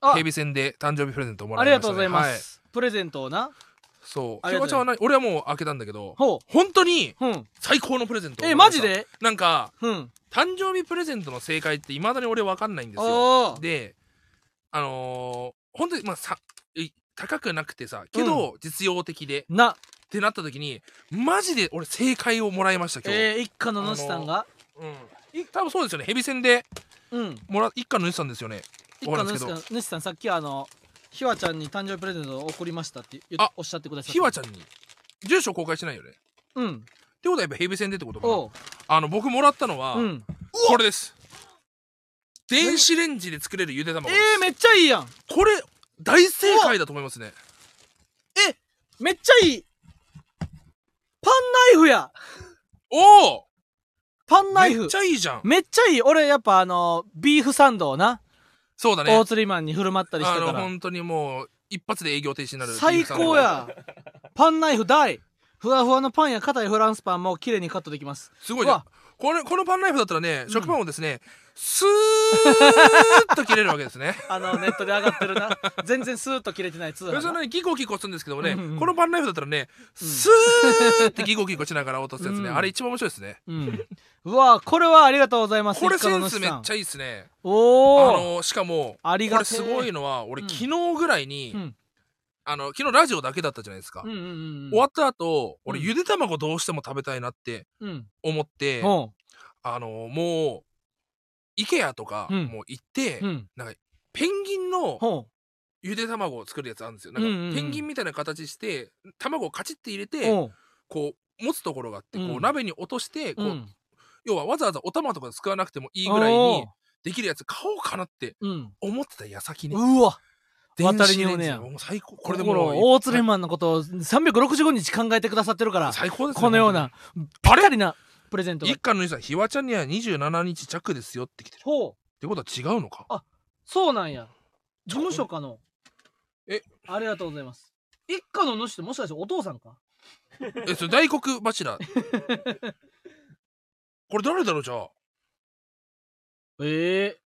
S2: あ
S1: 警備戦で誕生日プレゼントをもら
S2: あ
S1: いま
S2: り
S1: した、ね、
S2: がとうございま
S1: はい
S2: すプレゼントをな
S1: そう
S2: あ
S1: ひ
S2: り
S1: よこ
S2: がとうございます
S1: ちゃんはな俺はもう開けたんだけど
S2: ほ
S1: 本当に
S2: ううん
S1: 最高のプレゼントを
S2: え
S1: もらい
S2: マ
S1: まし
S2: ジ
S1: た
S2: で
S1: なんか
S2: うん
S1: 誕生日プレゼントの正解っていまだに俺分かんないんですよ
S2: ああ
S1: であのー本当にまあさい高くなくてさけど実用的で、
S2: な
S1: ってなった時にマジで俺正解をもらいました今日、
S2: えー一家の主さんが
S1: うん、多分そうですよねヘビ戦で
S2: うん
S1: もら一家の主さんですよね
S2: 一
S1: わ
S2: 家
S1: かんな
S2: の
S1: いで
S2: 主
S1: すけ
S2: さ
S1: ど
S2: ん主さんさっきあのひわちゃんに誕生日プレゼントを送りましたって言っ
S1: あ
S2: おっしゃってください
S1: ひわち
S2: ゃ
S1: ゃんに住所公開してないよねって
S2: んうん
S1: ことはやっぱヘビ戦でってことかな
S2: おう
S1: あの僕もらったのは、
S2: うん
S1: これです電子レンジで作れるゆで卵
S2: え
S1: です、
S2: ーめっちゃいいやん
S1: これ大正解だと思いますね
S2: めっちゃいいパンナイフや
S1: おお
S2: パンナイ
S1: めっ
S2: フ
S1: ちゃいいじゃん
S2: めっちゃいい俺やっぱあのビーフサンドをな、
S1: そうだね
S2: 大釣りマンに振る舞ったりし
S1: あ
S2: て
S1: の
S2: から
S1: 本当にもう一発で営業停止になる
S2: 最高やパンナイフ大ふわふわのパンや硬いフランスパンも綺麗にカットできます
S1: すごいじゃ
S2: うんわ
S1: これこのパンナイフだったらね
S2: ん
S1: 食パンをですね、スーッと切れるわけです ね
S2: あのネットで上がってる な全然スーッと切れてない通
S1: それ
S2: 販
S1: なりにギコギコするんですけどもね、
S2: うんうん
S1: このパンナイフだったらね、スーッてギコギコしながら落とすやつね、
S2: うん
S1: あれ一番面白いですね
S2: うんうわこれはありがとうございます
S1: これ
S2: 一家
S1: セ
S2: の
S1: ン
S2: 主
S1: スめっ
S2: さん
S1: ちゃいいですねあ
S2: おお
S1: のしかも
S2: あり
S1: こ
S2: が
S1: れ
S2: てえ
S1: すごいのは俺
S2: うん
S1: 昨日ぐらいに、
S2: うん
S1: あの昨日ラジオだけだったじゃないですか、
S2: うんうんうんうん
S1: 終わった後俺
S2: うん
S1: ゆで卵どうしても食べたいなって
S2: うん
S1: 思って、
S2: おう
S1: あのもう IKEA とか
S2: うん
S1: もう行って、
S2: うん
S1: ペンギンの
S2: ほ
S1: ゆで卵を作るやつあるんですよなんか
S2: うんうんうん
S1: ペンギンみたいな形して卵をカチッて入れ
S2: う
S1: て
S2: おう
S1: こう持つところがあってこ
S2: う
S1: うん鍋に落としてこ
S2: う
S1: うん要はわざわざお玉とか使わなくてもいいぐらいにできるやつ買おうかなって
S2: おううん
S1: 思ってた矢先に
S2: うわ
S1: 電
S2: 渡り
S1: 子
S2: に
S1: レン
S2: 骨
S1: ジ
S2: やん
S1: もう最高こ
S2: こ
S1: れ
S2: れ
S1: で
S2: で
S1: もう
S2: も大釣りマンのことを365日考えてくださってるから
S1: 最高ですね
S2: このようなぴったりなプレゼントが
S1: 一家の兄さんひわちゃんには27日着ですよってきてるっ
S2: ほう
S1: てことは違うのか
S2: そうなんや事務所かの
S1: え
S2: ありがとうございます一家の主ってもしかしてお父さんか
S1: えそれ大黒 柱これ誰だろうじゃあ
S2: ええ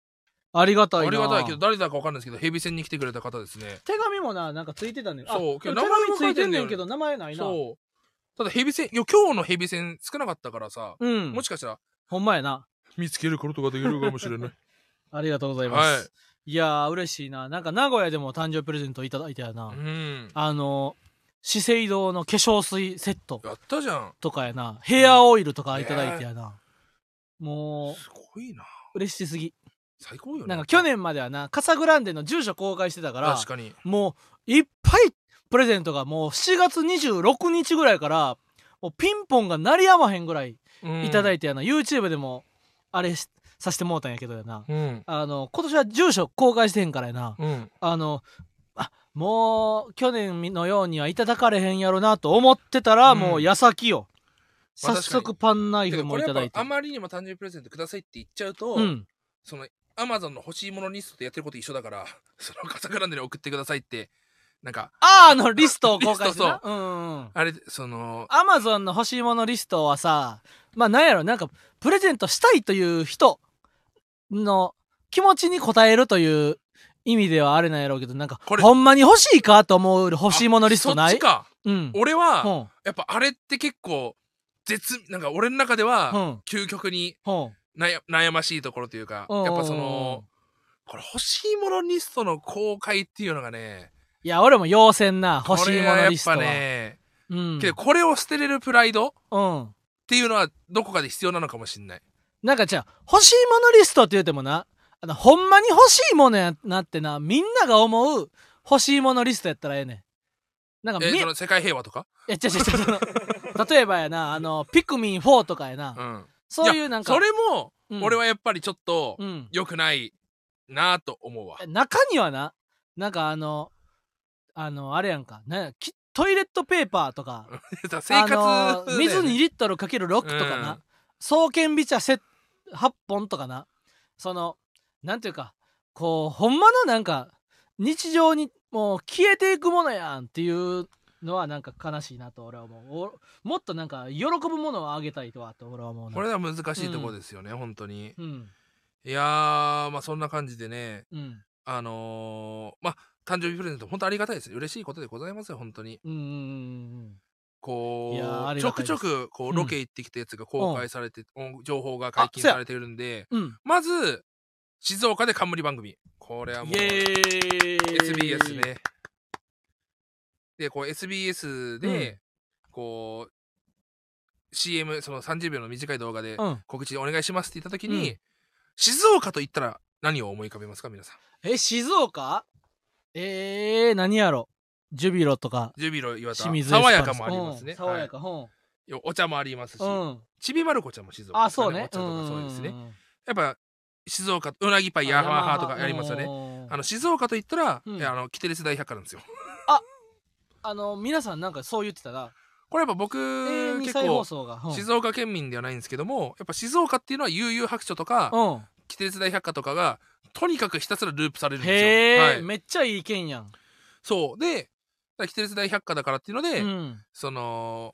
S2: ありがたいな
S1: ありがたいけど誰だかわかんないですけどヘビ戦に来てくれた方ですね
S2: 手紙もななんかついてたねんあ
S1: そうけ
S2: 手紙
S1: ど名前も
S2: つ
S1: 書い
S2: い
S1: て
S2: て
S1: ん
S2: ん
S1: ねん
S2: ねんけど名前ないなう
S1: そうただヘビ戦いや今日のヘビ戦少なかったからさ、
S2: ん
S1: もしかしたら
S2: ほんまやな
S1: 見つけることができるかもしれない
S2: ありがとうございます、、
S1: はい
S2: やー嬉しいななんか名古屋でも誕生日プレゼントいただいたやな、
S1: うん
S2: あの資生堂の化粧水セット
S1: やったじゃん
S2: とかやなヘアオイルとかいただいてやな、もう
S1: すごいな
S2: 嬉しすぎ
S1: 最高よね
S2: なんか去年まではなカサグランデの住所公開してたから
S1: 確かに
S2: もういっぱいプレゼントがもう7月26日ぐらいからもうピンポンが鳴りやまへんぐらいいただ
S1: い
S2: いてやな、YouTube でもあれしさしてもうたんやけどやな
S1: てうん
S2: あの今年は住所公開してへんからやな
S1: うん
S2: あのあもう去年のようにはいただかれへんやろなと思ってたら、
S1: うん
S2: もう矢先よ
S1: まあ
S2: 早速パンナイ
S1: て
S2: フ
S1: かこ
S2: もい
S1: れ
S2: ただ
S1: やっ
S2: いて
S1: ぱあまりにも誕生日プレゼントくださいって言っちゃうと、
S2: うん
S1: そのアマゾンの欲しいものリストでやってること一緒だから そのカサグランデに送ってくださいってなんか
S2: あーあのリストを公開して
S1: リ
S2: な
S1: ス
S2: うんうんうん
S1: あれその
S2: アマゾンの欲しいものリストはさまあなんやろなんかプレゼントしたいという人の気持ちに応えるという意味ではあれなんやろうけどなんか
S1: これ
S2: ほんまに欲しいかと思う 欲しいものリストな
S1: あそ
S2: い
S1: っちか
S2: うん
S1: 俺は、
S2: ほ
S1: やっぱあれって結構絶なんか俺の中では、
S2: うほう
S1: 究極に
S2: ほう
S1: 悩悩ましいところというかやっぱそのこれ欲しいものリストの公開っていうのがね
S2: いや俺も要せんな
S1: こ
S2: 欲しい
S1: れ
S2: も
S1: は
S2: の
S1: やっ
S2: リスト
S1: ぱ
S2: は、
S1: ね、
S2: うん
S1: けどこれを捨てれるプライドっ
S2: うん
S1: ていうのはどこかで必要なのかもしれない
S2: なんかじゃあ欲しいものリストって言うてもなあのほんまに欲しいものやなってなみんなが思う欲しいものリストやったらええねんなんか
S1: え
S2: み
S1: その世界平和とか
S2: いや、違う違う違うその。例えばやな、あの、ピクミン4とかやな。
S1: うん
S2: そういうなんか。
S1: それも
S2: うん
S1: 俺、はやっぱりちょっと
S2: うん。
S1: 良くないなと思うわ
S2: 中にはな、なんかあの、あの、あれやんか。なんやきトイレットペーパーとか、
S1: 生活だよね、
S2: あの水2リットルかける6とか
S1: う
S2: な。
S1: ん
S2: 双剣美茶セ8本とかな。その、なんていうか、こう、ほんまのなんか、日常にもう消えていくものやんっていうのはなんか悲しいなと俺は思う。おもっとなんか喜ぶものをあげたいとはと俺は思うな。
S1: これは難しいところですよね、本当に
S2: うん。
S1: いやーまあそんな感じでね
S2: うん。
S1: あのーまあ誕生日プレゼント本当ありがたいです嬉しいことでございますよ本当に
S2: うんうんうんい
S1: こ
S2: やーあ
S1: う
S2: り
S1: ち
S2: が
S1: ょ
S2: た
S1: く
S2: い
S1: ち
S2: です
S1: ょくこ
S2: う
S1: うんロケ行ってきたやつが公開されて、お情報が解禁
S2: あせや
S1: されてるんで
S2: うんうん。
S1: まず静岡で冠番組これはもう
S2: イエーイ
S1: SBS ね。でこう SBS で、
S2: うん
S1: こう CM その30秒の短い動画で
S2: うん。
S1: 告知お願いしますって言った時に、
S2: う
S1: 静岡と言ったら何を思い浮かべますか皆さん
S2: え、静岡えー、何やろジュビロとか、
S1: ジュビロ岩田
S2: 清水エスパル
S1: 爽
S2: ス
S1: やかもあります
S2: う
S1: ね
S2: ん、爽やか、うん
S1: はいお茶もありますし、
S2: うん。
S1: ちびまる子ちゃんも静岡
S2: あ、
S1: ですか
S2: そうね。
S1: お茶とかそうですね、
S2: んんうん。
S1: やっぱ静岡うなぎパイヤマハとかやりますよね
S2: ね
S1: あの静岡と言ったら、
S2: うん
S1: いやあのキテレツ大百科なんですよ
S2: あの、皆さんなんかそう言ってたな。
S1: これやっぱ僕、
S2: AM
S1: 結
S2: 再放
S1: 構
S2: 送が。うん
S1: 静岡県民ではないんですけどもやっぱ静岡っていうのは悠々白書とか
S2: うん。
S1: キテレツ大百科とかがとにかくひたすらループされるんですよ、
S2: へえ、
S1: はい、
S2: めっちゃいい県やん。
S1: そうでだからキテレツ大百科だからっていうの
S2: う
S1: で、
S2: ん。
S1: その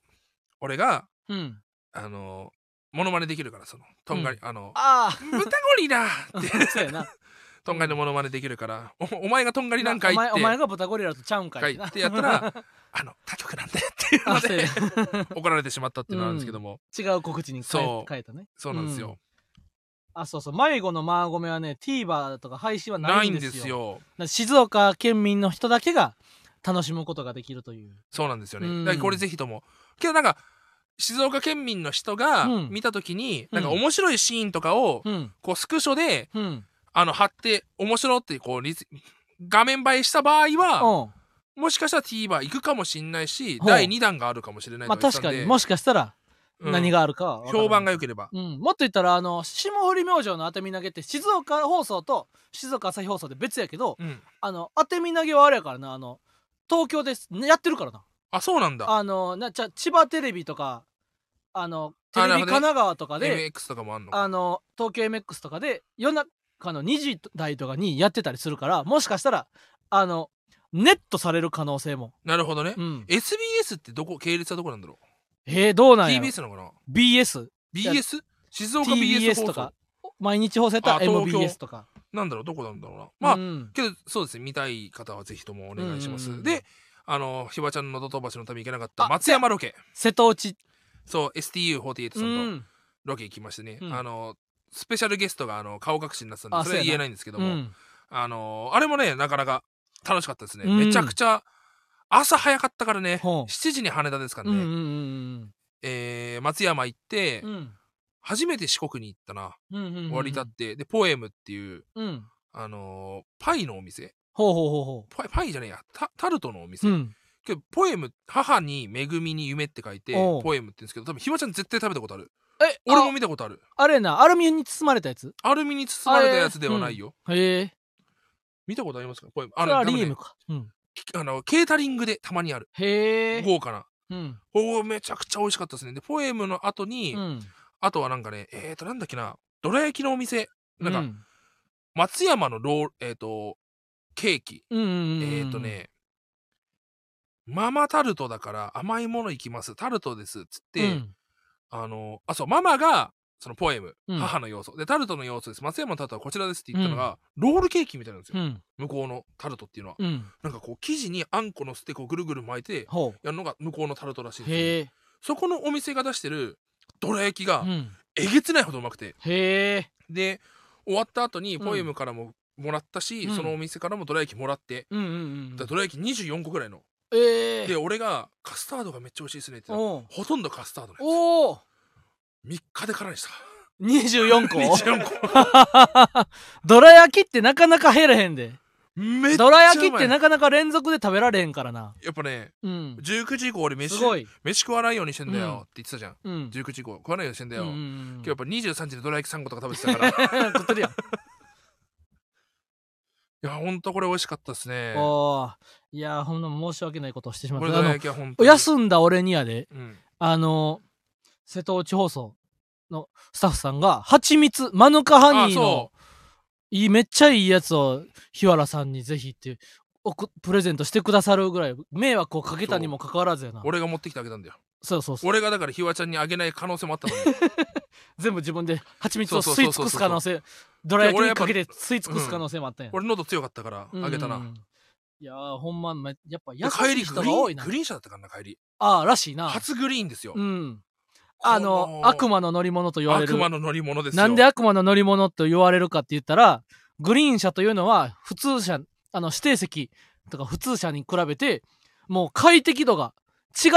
S1: 俺が
S2: うん。
S1: あのモノマネできるからそのとんがり、あの
S2: あ
S1: 「豚ゴリラ!」っ て
S2: あ、そうやな。
S1: とんがりのモノマネできるから「おお前がとんがりなんかい」
S2: お
S1: って
S2: 前お前が豚ゴリラとちゃうんかいな
S1: かいってやったら、 あの他局なんでっていうの
S2: あそう
S1: で
S2: や
S1: 怒られてしまったっていうのなんですけども、
S2: 違う告知に変
S1: そ
S2: え
S1: う
S2: 変えたね。
S1: そうなんですよ、
S2: あ、そうそう。迷子のマーゴメはね、TVer とか配信はな
S1: ないい
S2: ん
S1: ん
S2: です
S1: で
S2: よ。
S1: すよ
S2: だから静岡県民の人だけが楽しむことができるという。
S1: そうなんですよね、
S2: うん
S1: だからこれぜひともけどなんか静岡県民の人が
S2: うん
S1: 見た時に、
S2: うん
S1: なんか面白いシーンとかを、
S2: うん。
S1: こうスクショで
S2: うん。うん。
S1: あの貼って面白ってこうリツ画面映えした場合は、もしかしたら TVer 行くかもしんないし、
S2: ほう
S1: 第2弾があるかもしれない
S2: まあ
S1: とか言って
S2: 確
S1: た
S2: か
S1: んで
S2: に、もしかしたら
S1: うん
S2: 何があるかは分からない
S1: 評判が良ければ。
S2: うん、もっと言ったらあの霜降り明星の当て身投げって静岡放送と静岡朝日放送で別やけど
S1: うん。
S2: あの当て身投げはあれやからなあの東京です、ねやってるからな
S1: あ、そうなんだ。
S2: あのなじゃあ千葉テレビとかあのテレビ
S1: なるほどね
S2: 神奈川とかで、
S1: MX とかもあんのか。
S2: あの東京 MX とかで夜中の2時台とかにやってたりするからもしかしたらあのネットされる可能性も、
S1: なるほどね
S2: う。ん、
S1: SBS ってどこ、系列はどこなんだろ
S2: えー、どう
S1: う
S2: なんやろ
S1: ?TBS なのかな
S2: BS
S1: ?BS? 静岡 BS 放
S2: TBS
S1: 送
S2: とか毎日放送やったら
S1: あ東京
S2: MBS とか
S1: なんだろうどこなんだろうな。まあ、
S2: うん
S1: けどそうですね、見たい方はぜひともお願いしま
S2: うんうんう
S1: す。
S2: ん
S1: で、あの、ひばちゃんののどと橋の旅行けなかっ
S2: あ
S1: た松山ロケ。
S2: 瀬戸内
S1: そう、STU48 さ
S2: うん
S1: と
S2: ん
S1: ロケ行きましてね。
S2: うん
S1: あの、スペシャルゲストがあの顔隠しになってたん
S2: あ
S1: で、それは
S2: そうやな
S1: 言えないんですけど
S2: う
S1: も。
S2: ん
S1: あのーあれもねなかなか楽しかったですね、
S2: うん
S1: めちゃくちゃ朝早かったからね
S2: ほう
S1: 7時に羽田ですから
S2: うんうん
S1: ね、
S2: うん
S1: えー松山行って、
S2: うんうん
S1: 初めて四国に行ったな、
S2: うんうんうんうん。
S1: 割り立ってでポエムっていう
S2: うん。
S1: あのーパイのお店
S2: ほうほうほうほ
S1: パイパイじゃねえやタタルトのお店、
S2: う。うん。
S1: けどポエム母に恵みに夢って書いて
S2: おう
S1: ポエムって言うんですけど多分ひまちゃん絶対食べたことある
S2: え、
S1: 俺も
S2: あ
S1: 見たことある
S2: あれやな、アルミに包まれたやつ
S1: アルミに包まれたやつではないよ、
S2: へえ。
S1: 見たことありますかポエム
S2: そ
S1: あ
S2: れは
S1: 多分
S2: リ
S1: ね
S2: ームか。うん。
S1: きあのケータリングでたまにある
S2: へえ。
S1: 豪華な
S2: うん。
S1: おおめちゃくちゃ美味しかったですねでポエムの後に、
S2: うん。
S1: あとはなんかねえっ、ー、となんだっけなどら焼きのお店なんか、
S2: う
S1: 松山のロールえっ、とケーキ、
S2: うんうんうん。
S1: えっ、ー、と。ねママタルトだから甘いものいきますタルトですっつって、
S2: うん。
S1: あのあそうママがそのポエム、
S2: うん
S1: 母の要素でタルトの要素です松山のタルトはこちらですって言ったのが、ロールケーキみたいなんです
S2: う
S1: よ、
S2: ん。
S1: 向こうのタルトっていうのは、
S2: うん。
S1: なんかこう生地にあんこのせてこうぐるぐる巻いて
S2: ほ
S1: やるのが向こうのタルトらしいん
S2: う。
S1: ですよ
S2: へえ。
S1: そこのお店が出してるどら焼きが
S2: うん。
S1: えげつないほどうまくて、
S2: へえ。
S1: で終わった後に
S2: うん
S1: ポエムからももらったし、
S2: うん
S1: そのお店からもどら焼きもらって、
S2: うんうんうん。
S1: だからどら焼き24個ぐらいの、
S2: ええ。
S1: で俺がカスタードがめっちゃ美味しいですねって言ったら
S2: おう
S1: ほとんどカスタードね
S2: おお
S1: 3日で空にした
S2: !24 個
S1: 24個
S2: どら焼きってなかなか減れへんで。
S1: めっちゃう
S2: どら
S1: まい
S2: 焼きってなかなか連続で食べられへんからな。
S1: やっぱね
S2: うん。
S1: 19時以降俺飯
S2: すごい。
S1: 飯食わないようにしてんだ
S2: うん
S1: よって言ってたじゃん、
S2: うん。
S1: 19時以降食わないようにしてんだよ、
S2: うんうん
S1: 今
S2: うん
S1: 日やっぱ23時でどら焼き3個とか食べてたからい
S2: 食ってるや ん。
S1: やほんとこれ美味しかったですねこ
S2: おーいやー、ほんの申し訳ないことをしてしまっ
S1: れ
S2: た。
S1: ど
S2: あ
S1: ら
S2: の
S1: 焼きはほんとに
S2: 休んだ俺にやで、
S1: うん
S2: あの、瀬戸内放送のスタッフさんが、蜂蜜、マヌカハニーの
S1: そ
S2: いい、めっちゃいいやつを日原さんにぜひっておく、プレゼントしてくださるぐらい、迷惑をかけたにもかかわらずやな。
S1: 俺が持ってきてあげたんだよ
S2: そうそうそう。
S1: 俺がだからひわちゃんにあげない可能性もあったのに
S2: 全部自分で蜂蜜を
S1: そう
S2: 吸
S1: そう
S2: い
S1: そうそ
S2: 尽
S1: う
S2: くす可能性、どら焼きにかけて吸い尽く
S1: 俺やっ
S2: す
S1: ぱ
S2: 可能性もあったんや。
S1: 俺喉強かったからあげた
S2: うんうん
S1: な
S2: うん。いやー、ほんま、めやっぱ
S1: で
S2: 優
S1: 帰
S2: しい
S1: り
S2: 人
S1: グ
S2: が
S1: リ
S2: 多
S1: ー
S2: い
S1: ン
S2: な
S1: グ。リーン車だったからな帰り
S2: ああ、らしいな。
S1: 初グリーンですよ
S2: うん。あの、悪魔の乗り物と言われ
S1: 悪
S2: る。
S1: 魔の乗り物ですよ
S2: なんで悪魔の乗り物と言われるかって言ったら、グリーン車というのは普通車、あの指定席とか普通車に比べて、もう快適度が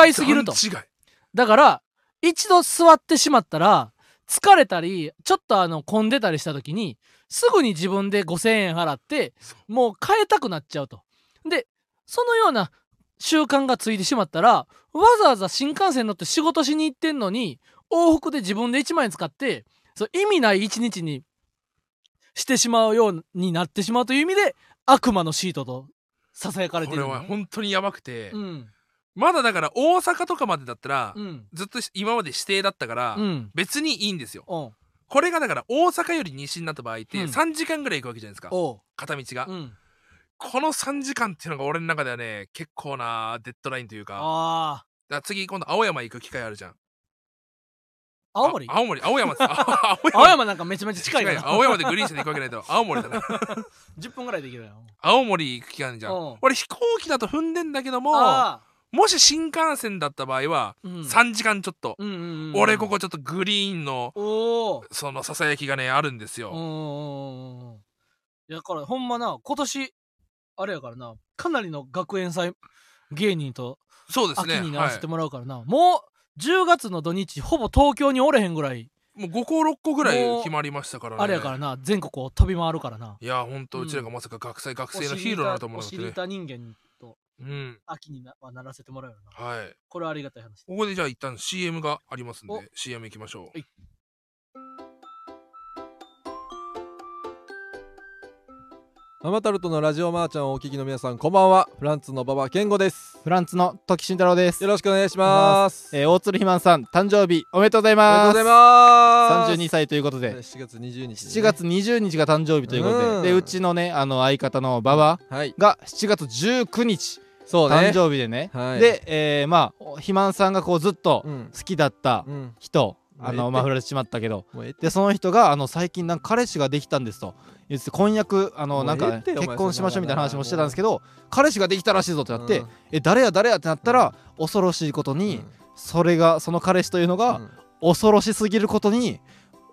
S2: 違いすぎると
S1: 段。違い
S2: だから、一度座ってしまったら、疲れたり、ちょっとあの、混んでたりした時に、すぐに自分で5000円払って
S1: そ、
S2: もう変えたくなっちゃうと。で、そのような習慣がついてしまったら、わざわざ新幹線乗って仕事しに行ってんのに、往復で自分で1万円使って、そう意味ない一日にしてしまうようになってしまうという意味で、悪魔のシートと囁かれて
S1: こ
S2: い
S1: れ
S2: る。
S1: は本当にやばくて、
S2: うん。
S1: まだだから大阪とかまでだったら、
S2: うん。
S1: ずっと今まで指定だったから、
S2: うん。
S1: 別にいいんですよ
S2: おう
S1: これがだから大阪より西になった場合って
S2: うん
S1: 3時間ぐらい行くわけじゃないですか、
S2: おう。
S1: 片道が、
S2: うん。
S1: この3時間っていうのが俺の中ではね結構なデッドラインというかだか
S2: ああ。
S1: ら次今度青山行く機会あるじゃん
S2: 青森
S1: あ青森青 山ですあ青
S2: 青山なんかめちゃめちゃ近
S1: 違
S2: い
S1: う
S2: か
S1: よ
S2: ら
S1: 青山でグリーン車で行くわけないだろ青 森だな
S2: 10分ぐらいできるよ
S1: 青森行く機会あるじゃ
S2: うん
S1: ん俺飛行機だと踏んでんだけども
S2: あ
S1: もし新幹線だった場合は
S2: あ、うん、
S1: 3時間ちょっと、
S2: うんうんうん、
S1: 俺ここちょっとグリーンの
S2: おお
S1: そのささやきがねあるんです
S2: うんう
S1: よ、
S2: んうんうんいやだからほんまな今年あれやからなかなりの学園祭芸人と
S1: そうです
S2: 秋
S1: ね
S2: にならせ
S1: はい
S2: てもらうからな、もう10月の土日ほぼ東京におれへんぐらい
S1: もう5個6個ぐら
S2: もう
S1: い決まりましたからね
S2: あれやからな全国を飛び回るからない
S1: やほんと
S2: うん
S1: うちらがまさか学生、学生のヒーローになると思うな
S2: お
S1: かった
S2: 知り
S1: ね
S2: た人間にと
S1: うん
S2: 秋になはならせてもらうよな
S1: はい
S2: これはありがたい話
S1: ここでじゃあ一旦 CM がありますん
S2: お
S1: で CM 行きましょう
S2: はい
S3: ママタルトのラジオマーちゃんをお聞きの皆さんこんばんはフランツの馬場健吾です
S4: フランツの時慎太郎です
S3: よ。ろしくお願いします
S4: えー、大鶴ひまんさん、誕生日おめでとうござい
S3: おめでとうご
S4: ます。
S3: ざいます
S4: 32歳ということで、
S3: 7月20日、ね、
S4: 7月20日が誕生日ということで、
S3: うん
S4: で、うちのね、あの相方の馬場
S3: はい
S4: が7月19日、
S3: そうね
S4: 誕生日でね。
S3: はい
S4: で、えー、まあ、ひまんさんがこうずっと
S3: うん、
S4: 好きだった
S3: うん、
S4: 人、
S3: うん
S4: あ
S3: も
S4: の、
S3: う
S4: まあ、振られてしまったけど、
S3: もうええって
S4: で、その人が、あの、最近、なんか彼氏ができたんですと言って、婚約、あ
S3: も
S4: の、
S3: う
S4: なん
S3: ええ
S4: か、
S3: ってお前
S4: 結婚しましょうみたいな話
S3: そんな
S4: もしてたんですけど、彼氏ができたらしいぞってなって、え、誰や誰やってなったら、恐ろしいこと
S3: うん
S4: に、それがその彼氏というの
S3: う
S4: が
S3: ん
S4: 恐ろしすぎることに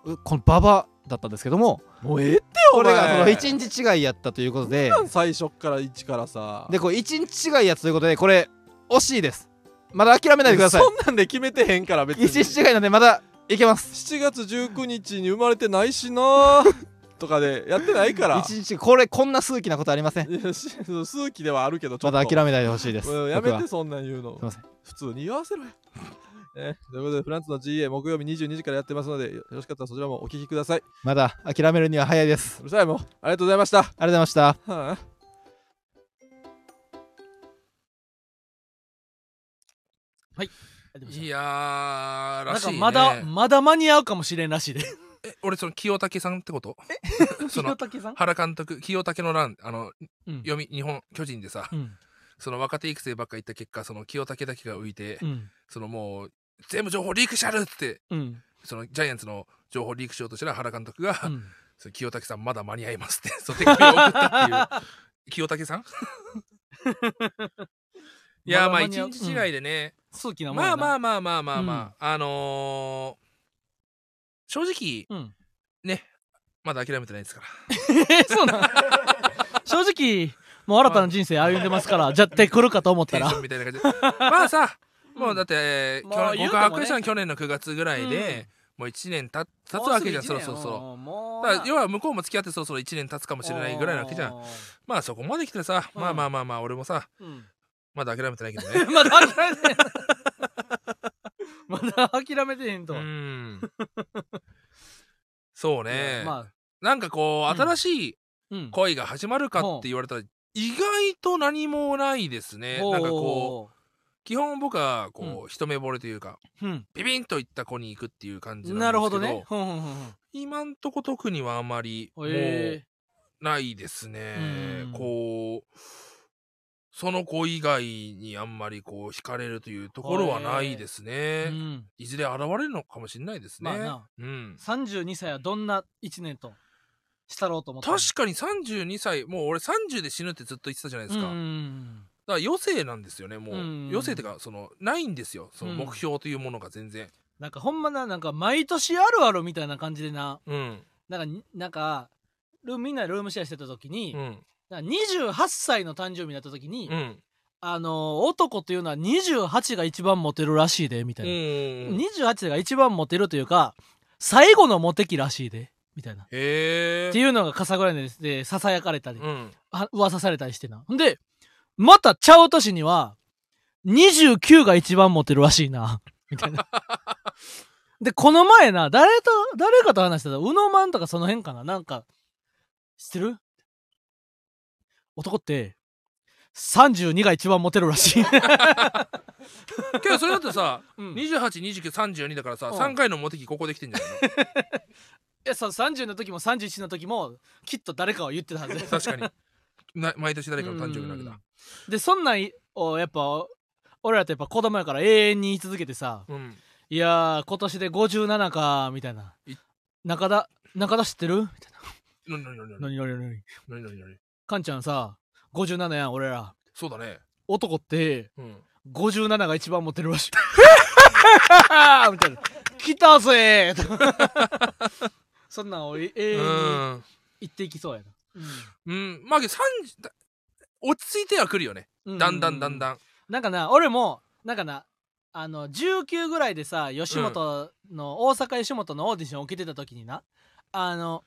S4: うこのババだったんですけども
S3: もうええってお
S4: これ
S3: 前
S4: がその1日違いやったということで
S3: 最初っから1からさ
S4: でこう1日違いやつということでこれ惜しいですまだ諦めないでください
S3: そんなんで決めてへんから別に
S4: 1日違いなんでまだいけます
S3: 7月19日に生まれてないしなーとかでやってない から
S4: 一日これこんな数奇なことありません
S3: いやしそう数奇ではあるけどちょ
S4: ま
S3: っと
S4: だ諦めないでほしいです
S3: うんや
S4: 僕
S3: め
S4: は
S3: てそんなん言うの
S4: いません
S3: 普通に言わせろや ね、ということでフランスの GA 木曜日22時からやってますのでよよろしかったらそちらもお聞きください
S4: まだ諦めるには早いです
S3: うるさいもうありがとうございました、は
S4: ありがとうございました
S3: あ
S1: いやー
S2: な
S1: ら
S2: ん
S1: しい
S2: か
S1: ね
S2: まだ、まだ間に合うかもしれんらしいで。
S1: え俺その清武さんってこと その
S2: 竹さん
S1: 原監督清武の乱あの
S2: うん。
S1: 読み日本巨人でさ
S2: うん。
S1: その若手育成ばっか行った結果その清武だけが浮いて、
S2: うん。
S1: そのもう全部情報リークしゃるって
S2: うん。
S1: そのジャイアンツの情報リークしようとしたら原監督が、
S2: うん
S1: その清武さんまだ間に合いますって その手紙を送ったってい う清武さんいやまあ
S2: まだ間
S1: 一
S2: に合う
S1: 日違いでね、
S2: 数奇なもん
S1: ま
S2: や
S1: あま
S2: な。
S1: あまあまあまあまあ、あのー正直
S2: うん。
S1: まだ諦めてないですから
S2: え、 そうなん 正直、もう新たな人生歩んでますから、じゃって来るかと思っ
S1: テ
S2: た
S1: ン
S2: ら
S1: ショ。ンみたいな感じでまあ さもうだって、
S2: ま
S1: 去
S2: あ
S1: 年
S2: 言う
S1: 僕
S2: ても
S1: が
S2: ね
S1: 発したの去年の9月ぐらいで、もう1年た経つわけじゃんそろそろそろ。
S2: も
S1: だから要は向こうも付き合ってそろそろ1年経つかもしれないぐらいなわけじゃん。まあそこまで来てさ、
S2: うん
S1: まあまあまあまあ俺もさ
S2: うん。
S1: まだ諦めてないけど ね
S2: まだ諦めてへん。まだ諦めてへん
S1: う
S2: と。
S1: んそうね、
S2: まあ、
S1: なんかこう
S2: うん
S1: 新しい
S2: うん。
S1: 恋が始まるかって言われたら、意外と何もないですねなんかこう基本僕はこう、一目惚れというか
S2: う。うん。
S1: ビビンといった子に行くっていう感じなんですけど
S2: なるほどね。ほんほんほん
S1: 今んとこ特にはあんまりも
S2: ほん。
S1: う
S2: え
S1: ないですね
S2: うん。
S1: こうその子以外にあんまりこう惹かれるというところはないです
S2: え。う
S1: ね。
S2: ん。
S1: いずれ現れるのかもしれないですね
S2: まあ。な。
S1: うん、
S2: 32歳はどんな1年としたろうと思った
S1: 確かに32歳もう俺30で死ぬってずっと言ってたじゃないですか、
S2: う
S1: だか
S2: ん
S1: ら余生なんですよねもう、
S2: うん
S1: 余生ってかそのないんですよその
S2: うん
S1: 目標というものが全然
S2: なんかほんまななんか毎年あるあるみたいな感じでな
S1: うん
S2: なんかなんかルみんなでルームシェアしてた時に、
S1: うん
S2: なんか28歳の誕生日になった時に、
S1: うん
S2: あのー男というのは28が一番モテるらしいでみた
S1: う
S2: いな、
S1: んへ
S2: 28が一番モテるというか最後のモテ期らしいでみたいなっ
S1: え
S2: ていうのが笠倉ででささやかれたり、
S1: うん
S2: あ噂されたりしてな。んで、またちゃう年には、29が一番モテるらしいな。 みたいな。で、この前な、誰と、誰かと話してた、うのまんとかその辺かな。なんか、知ってる男って、32が一番モテるらしい。
S1: けどそれだとさ
S2: うんい
S1: 282932だからさ、
S2: うん
S1: 3回のモテ期ここできてんじゃないの
S2: や、そう、30の時も31の時も、きっと誰かは言ってたはず。
S1: 確かにな毎年誰かの誕生日なわけだ
S2: で、そんなんを、やっぱ、俺らってやっぱ子供やから永遠に言い続けてさ、
S1: うん
S2: いやー今年で57かみたいない中田中田知ってるみたい
S1: なになになに
S2: な
S1: なに
S2: 何何何何
S1: なになになに
S2: カンちゃんさ57やん俺ら
S1: そうだね
S2: 男って
S1: うん
S2: 57が一番モテるら しいみたいな来たぜー そんなんを永
S1: う
S2: 遠に
S1: ん
S2: 言っていきそうやな、
S1: うんまあけど30だ落ち着いてはくるよね
S2: う
S1: だんだんだんだん
S2: なんかな俺もなんかなあの19ぐらいでさ吉本の、大阪吉本のオーディション受けてた時になあの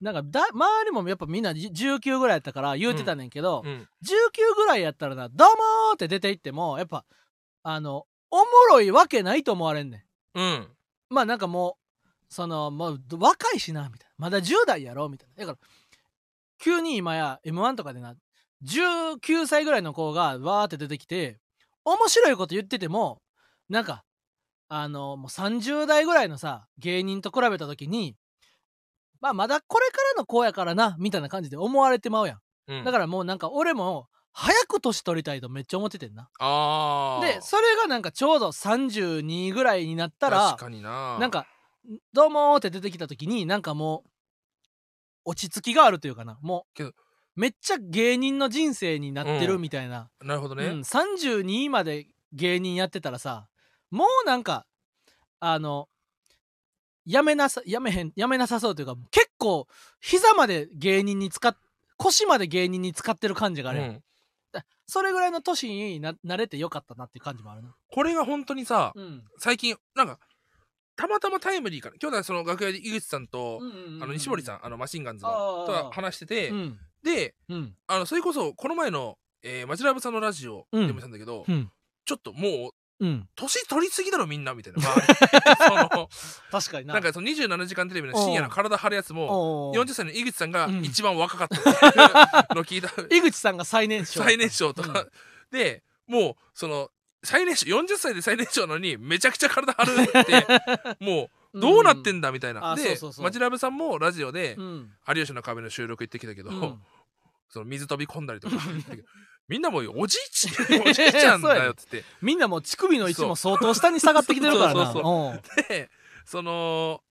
S2: なんかだ周りもやっぱみんなじ19ぐらいやったから言うてたねんけど、
S1: うん
S2: 19ぐらいやったらな「どうも!」って出て行ってもやっぱあのおもろいわけないと思われんねん。
S1: うん
S2: まあなんかもうそのもう若いしなみたいなまだ10代やろみたいなだから急に今や m 1とかでな19歳ぐらいの子がわーって出てきて面白いこと言っててもなんかあのもう30代ぐらいのさ芸人と比べた時にまあまだこれからの子やからなみたいな感じで思われてまうやん
S1: うん
S2: だからもうなんか俺も早く年取りたいとめっちゃ思っててんな
S1: あー
S2: でそれがなんかちょうど32ぐらいになったら
S1: 確かにな
S2: なんか「どうも」って出てきた時になんかもう落ち着きがあるというかなも
S1: けど
S2: うめっちゃ芸人の人生になって
S1: う
S2: る
S1: ん
S2: みたいな、
S1: なるほど
S2: うん
S1: ね
S2: 32まで芸人やってたらさもうなんかあのやめなさやめへんやめなさそうというか結構膝まで芸人に使っ腰まで芸人に使ってる感じがあ
S1: う
S2: る、
S1: ん
S2: それぐらいの年にな慣れてよかったなっていう感じもあるな
S1: これが本当にさ
S2: うん
S1: 最近なんかたまたまタイムリーかな今日だその楽屋で井口さんと、あの西森さ
S2: ん。
S1: んあのマシンガンズ
S2: あ
S1: の
S2: あ
S1: と話してて、
S2: うん。
S1: で
S2: うん。
S1: あのそれこそこの前の、えーマジラブさんのラジオ
S2: う
S1: で
S2: ん
S1: も言ったんだけど、
S2: うん。
S1: ちょっともう
S2: うん。
S1: 年取りすぎだろみんなみた いな、まあ その
S2: 確かにな。
S1: なんかその27時間テレビの深夜の体張るやつも
S2: おー、
S1: 40歳の井口さんが
S2: うん
S1: 一番若かったっていうのを聞い た
S2: 井口さんが最年少。
S1: 最年少とか、でもうその最年少40歳で最年少なのにめちゃくちゃ体張るって もうどうなって
S2: ん
S1: んだみたいな、
S2: あ
S1: で
S2: そうそうそう
S1: マジラブさんもラジオで
S2: うん。
S1: 「有吉の壁」の収録行ってきたけど、
S2: うんうん
S1: その水飛び込んだりとかみんなもうおじい ちおじいちゃんだよっつって
S2: みんなもう乳首の位置も相当下に下がってきてるからな。
S1: そうそう
S2: おう
S1: でその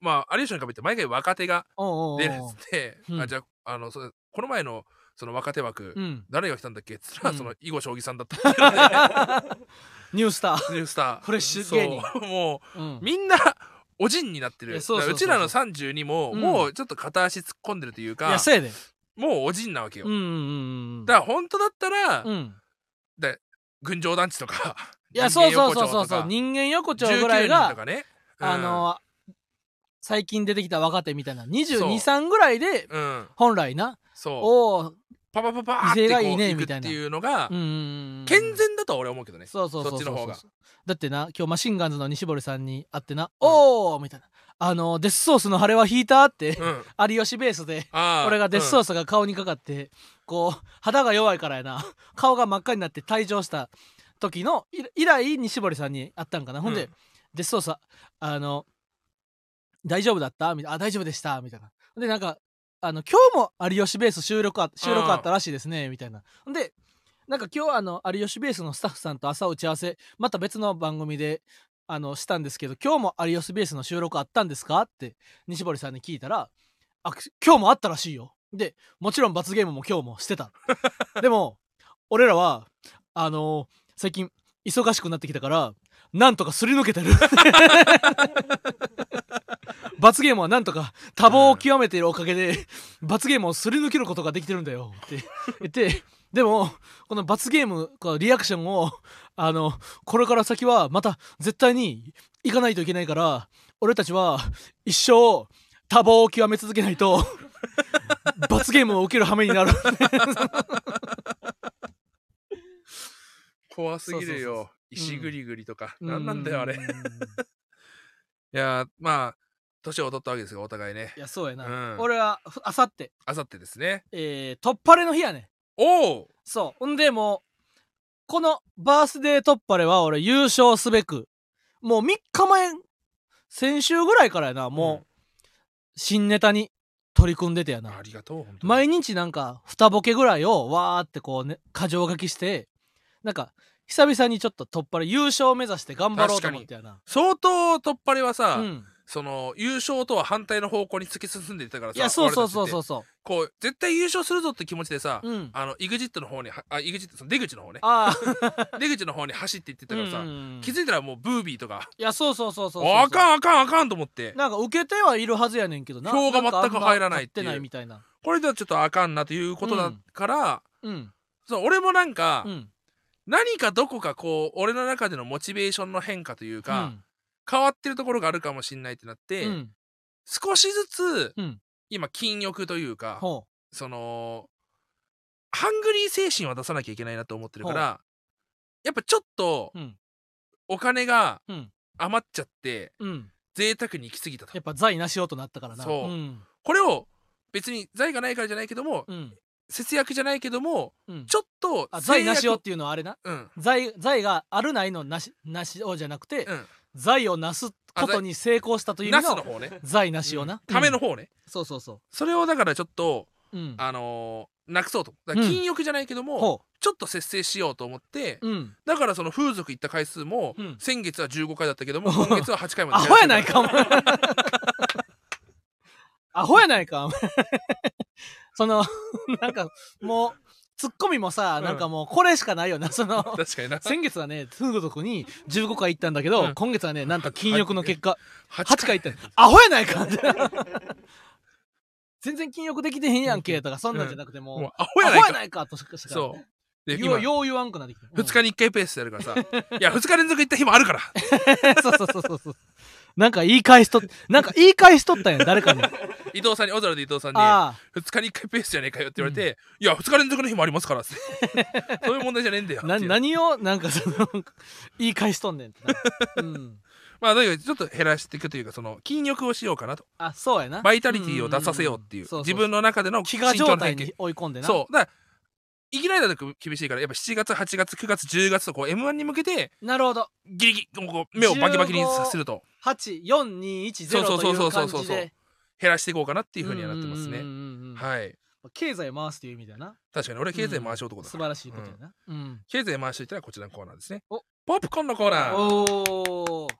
S1: まあ有吉の壁って毎回若手が
S2: おうおうおう
S1: 出るっつって、
S2: うん
S1: あじゃああのそこの前のその若手枠、
S2: うん。
S1: 誰が来たんだっけっつったら、
S2: うん
S1: その囲碁将棋さんだったっていう ね
S2: ニュースター。
S1: ニュースター
S2: フレッシュ芸人
S1: そうもう
S2: うん。
S1: みんなおじんになってる
S2: えそうそうそうそう
S1: だからうちらの32も、
S2: うん
S1: もうちょっと片足突っ込んでるという
S2: い
S1: か
S2: や、せやで。
S1: もうおじんなわけよ、
S2: うんうんうんうん。
S1: だから本当だったら、
S2: うん。
S1: 群青団地とか
S2: いや、そうそう
S1: 人
S2: そ
S1: 間
S2: うそう
S1: 横丁と
S2: そう。
S1: か
S2: 人間横丁ぐら
S1: 19
S2: い
S1: 人と
S2: が、
S1: かね、うん
S2: あの、最近出てきた若手みたいな、
S1: そう
S2: 22、3ぐらいで、
S1: うん
S2: 本来な、
S1: そう
S2: おう
S1: パパパパーって
S2: 威勢
S1: こ
S2: が
S1: う
S2: いいね
S1: 行く
S2: みたい
S1: っ
S2: な
S1: ていうのが、
S2: うんうんうんうん。
S1: 健全だとは俺は思うけどね
S2: そうそうそう
S1: そっちの方が
S2: そうそうそうだってな今日マシンガンズの西堀さんに会ってな「おお!」みたいな「あのデスソースの晴れは引いた?」って、
S1: うん
S2: 有吉ベースで
S1: あー
S2: 俺がデスソースが顔にかかって、こう肌が弱いからやな顔が真っ赤になって退場した時のい以来西堀さんに会ったんかなほんで、
S1: うん
S2: デスソースあの「大丈夫だった?」みたいな「あ大丈夫でした」みたいなでなんかあの「今日も有吉ベース収録あ収録あったらしいですね」みたいなほんでなんか今日あの有吉ベースのスタッフさんと朝打ち合わせまた別の番組であのしたんですけど「今日も有吉ベースの収録あったんですか?」って西堀さんに聞いたら「あ今日もあったらしいよ」でもちろん罰ゲームも今日もしてた でも俺らはあの最近忙しくなってきたからなんとかすり抜 けてる罰ゲームはなんとか多忙を極めているおかげで罰ゲームをすり抜けることができてるんだよって言ってでもこの罰ゲームこのリアクションをあのこれから先はまた絶対に行かないといけないから俺たちは一生多忙を極め続けな いと罰ゲームを受ける羽目になる
S1: 怖すぎるよ
S2: そうそうそう
S1: 石ぐりぐりとか、なんなんだよあれ
S2: う
S1: い
S2: ん
S1: やーまあ年を取ったわけですがお互いね
S2: いやそうやな、
S1: うん
S2: 俺はふあさって
S1: あさってですね
S2: えー、突破れの日やね
S1: おお
S2: そうほんでもうこのバースデー突破れは俺優勝すべくもう3日前先週ぐらいからやなもう、
S1: うん
S2: 新ネタに取り組んでてやな
S1: ありがとう本当に
S2: 毎日なんか二ボケぐらいをわーってこうね過剰書きしてなんか久々にちょっと突破で優勝を目指して頑張ろうと思ってやな
S1: 相当突破りはさ、
S2: うん
S1: その優勝とは反対の方向に突き進んでいったからさ
S2: いやそうそうそうそう
S1: う
S2: そ
S1: こう絶対優勝するぞって気持ちでさ、
S2: ううん
S1: あの EXIT の方にはあ EXIT その出口の方ね
S2: あ あ
S1: 出口の方に走っていってたからさ、気
S2: い
S1: づいたらもうブービーとか
S2: やそうそうそうそうそう
S1: あかんあかんあかんと思って
S2: なんか受けてはいるはずやねんけどな
S1: 票が全く入らないっていうん
S2: かあんま買ってないみたいな
S1: これではちょっとあかんなということだから、
S2: うん
S1: そう俺もなんか、
S2: うん
S1: 何かどこかこう俺の中でのモチベーションの変化というか、
S2: うん
S1: 変わってるところがあるかもしんないってなって、
S2: うん
S1: 少しずつ、
S2: うん
S1: 今禁欲というか、
S2: ほ
S1: そのハングリー精神は出さなきゃいけないなと思ってるからやっぱちょっと
S2: ううん
S1: お金が
S2: うん
S1: 余っちゃって
S2: うん
S1: 贅沢に行き過ぎたと
S2: やっぱ財なしようとなったからな
S1: そうんこれを別に財がないからじゃないけども
S2: うん
S1: 節約じゃないけども
S2: うん
S1: ちょっと
S2: あ財なしようっ
S1: 制
S2: ていうのはあれな
S1: 約うん
S2: 財財があるないのなしなしをじゃなくて、
S1: うん
S2: 財をなすことに成功したという意
S1: ナ
S2: 味
S1: スの
S2: の
S1: 方ね
S2: 財なしをな、うん
S1: ための方ね
S2: そうそうそ
S1: それをだからちょっと
S2: ううん
S1: あのーなくそうとだから禁欲じゃないけども
S2: ほ
S1: ちょっと節制しようと思って
S2: ううん
S1: だからその風俗行った回数も
S2: うん
S1: 先月は15回だったけども今月は8回まで
S2: アホやないかお前 アホやないかお前そのなんかもうツッコミもさ、
S1: うん
S2: なんかもうこれしかないよなその
S1: 確かにな
S2: 先月はね風俗に15回行ったんだけど、
S1: うん
S2: 今月はねなんと禁欲の結果
S1: 8
S2: 8回行ったんアホやないか全然禁欲できてへんやんけとかそんなんじゃなくてもう、
S1: もうアホや
S2: ア
S1: な
S2: ホ
S1: い
S2: や
S1: か
S2: ないかとしかしか
S1: そうで
S2: よ
S1: 今
S2: う
S1: 2
S2: よう言わんくなってきた
S1: 日に1回ペースでやるからさいや2日連続行った日もあるから
S2: うんそうそうそうそうそうなんか言い返しとっなんか言い返しとったんや誰かに
S1: 伊藤さんにオズワルド伊藤さんに
S2: あ
S1: 2日に1回ペースじゃねえかよって言われて、いや2日連続の日もありますからってそういう問題じゃねえんだよ
S2: あな
S1: っていう
S2: 何をなんかその言い返しとんねんっ てな、うん、
S1: まあだけどちょっと減らしていくというかその筋力をしようかなと
S2: あそうやな
S1: バイタリティを出させようっていう,、
S2: んそそ
S1: 自分の中での
S2: 飢餓
S1: 心境
S2: 状
S1: の
S2: 態
S1: 変化
S2: に追い込んでな
S1: そうだからいきなりだと厳しいからやっぱ7月8月9月10月とこう m 1に向けて
S2: なるほど
S1: ギリギリこう目をバキバキにさせるとそうそう
S2: 84210と
S1: そ
S2: いう
S1: そううそう
S2: 感
S1: そう
S2: じで
S1: 減らしていこうかなっていうふうにはなってます
S2: うんう
S1: ね
S2: んうんうん
S1: はい
S2: 経済回すという意味だな
S1: 確かに俺経済回しようってことだか
S2: 素
S1: ら、
S2: 晴らしいことやな、うん
S1: 経済回しといたらこちらのコーナーですね
S2: お
S1: ポップコーンのコーナー
S2: おお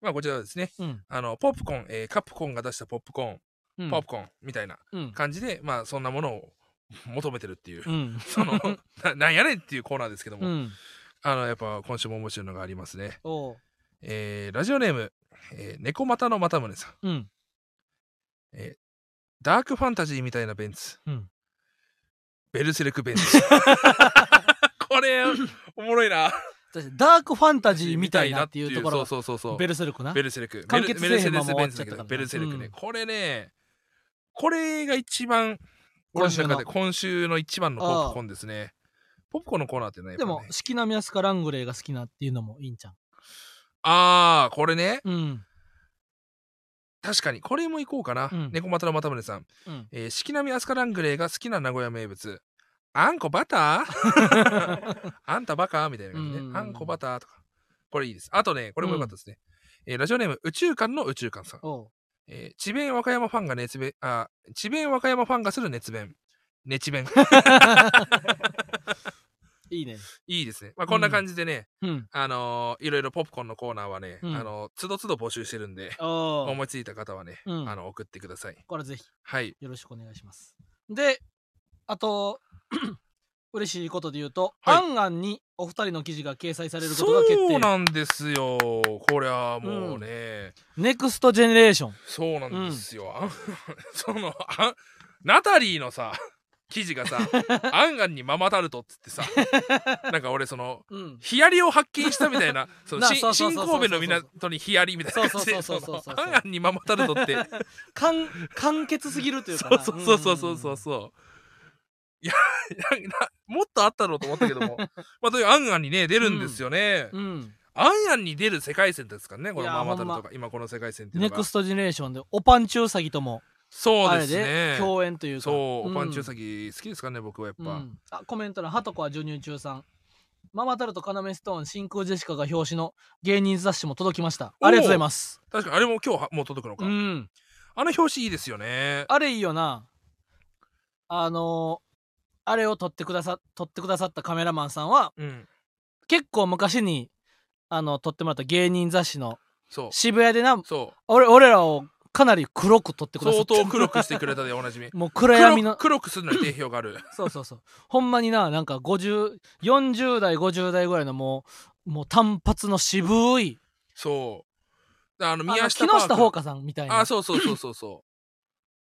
S1: まあこちらはですね
S2: うん
S1: あのポップコーン、えーカップコーンが出したポップコーン、
S2: うん
S1: ポップコーンみたいな
S2: うん
S1: 感じでまあそんなものを 求めてるって いう、
S2: うん
S1: そのななんやねんっていうコーナーですけども、
S2: うん
S1: あのやっぱ今週も面白いのがありますね
S2: おう
S1: えーラジオネーム、えー猫股の又宗さん
S2: うん
S1: ダークファンタジーみたいなベンツ、
S2: うん
S1: ベルセルク ベンツこれおもろいな
S2: 確かにダークファンタジーみたいなっていうところ
S1: そうそうそうそう
S2: ベルセルクな
S1: ベルセルクベ
S2: 完
S1: ル
S2: 結
S1: メル
S2: せ
S1: セ
S2: えへん
S1: デ
S2: まま
S1: ス
S2: 終
S1: ベ
S2: わ
S1: ン
S2: っ
S1: ツ
S2: ちゃ
S1: だけど
S2: ったからな
S1: ベルセルクね、
S2: うん
S1: これねこれが一番俺の中で今週の一番のポップコーンですねポップコーンのコーナーってねやっ
S2: で
S1: ぱね
S2: も四季並みアスカラングレーが好きなっていうのもいいんじゃん
S1: ああこれね
S2: うん
S1: 確かにこれも行こうかな、
S2: うん
S1: 猫又の又宗さん、
S2: うん
S1: えー四季並みアスカラングレーが好きな名古屋名物あんこバター あんたバカみたいな感じ
S2: うんうんう
S1: ねあ
S2: ん
S1: んこバターとかこれいいですあとねこれも良かったですね、えーラジオネーム宇宙館の宇宙館さん
S2: おう
S1: えー智弁和歌山ファンが熱弁、あ、智弁和歌山ファンがする熱弁。熱 弁。
S2: いいね
S1: いいですね。まあ、こんな感じでね、
S2: うん
S1: あのーいろいろポップコーンのコーナーはね、
S2: うん
S1: あのーつどつど募集してるんで、
S2: おう
S1: 思いついた方はね、
S2: うん
S1: あの、送ってください。
S2: これぜひ
S1: はい。
S2: よろしくお願いします。で、あと、 嬉しいことで言うと、
S1: はい
S2: アンアンにお二人の記事が掲載されることが決
S1: そう
S2: 定。
S1: なんですよ。こりゃもうね、
S2: ネクストジェネレーション。
S1: そうなんですよ。あん その、あナタリーのさ、記事が さ、アンアンにママタルトっつってさ、なんか俺その、
S2: うん。
S1: ヒヤリを発見したみたいな、その
S2: な
S1: 新
S2: そうそう
S1: 新
S2: そうそう
S1: 神戸の港にヒヤリみたいな感じで、
S2: そ
S1: そう
S2: そうそうそう
S1: の
S2: そうそうそう
S1: アンアンにママタルトって、
S2: 完完結すぎるというか
S1: そう
S2: な。
S1: そうそうそうそうそうそう。いやいやなもっとあったろうと思ったけど も、まあというアンアンにね出るんですよね。
S2: うん。うん。
S1: アンアンに出る世界線ですからね、この
S2: いや
S1: ママタル
S2: ほ
S1: ト
S2: ん
S1: が今この世界線っていう
S2: ネ
S1: の
S2: ク
S1: が。
S2: ストジェネレーションで、おパンチウサギとも、
S1: そう
S2: あ
S1: で
S2: れ
S1: す
S2: で
S1: ね。
S2: 共演というか。
S1: そう、おパンチウ
S2: ギ。
S1: サギ好きですかね、僕はやっ
S2: う
S1: ぱ。
S2: んあ、コメント欄、ハトコは授乳中さん。ママタルト、カナメストーン、真空ジェシカが表紙の芸人雑誌も届きました。ありがとうございます。
S1: 確かにあれも今日はもう届くのか
S2: う。ん。
S1: あの表紙いいですよね。
S2: あれいいよな。あのーあれを撮ってくださ、撮ってくださったカメラマンさんは、
S1: うん。
S2: 結構昔に、あの、撮ってもらった芸人雑誌の
S1: そう。
S2: 渋谷でな、
S1: そう。
S2: 俺、俺らをかなり黒く撮ってくださ
S1: 相
S2: った。
S1: 当黒くしてくれたでおなじみ。
S2: もう 暗
S1: 黒
S2: 闇
S1: く
S2: の、
S1: 黒くするのに定評がある
S2: そうそうそう。ほんまにな、なんか50、40代、50代ぐらいのもう、もう単発の渋い、
S1: そうあの
S2: あの
S1: 宮下パ
S2: 木
S1: ーク
S2: 下ほうかさんみたいな。
S1: あそうそうそうそう そ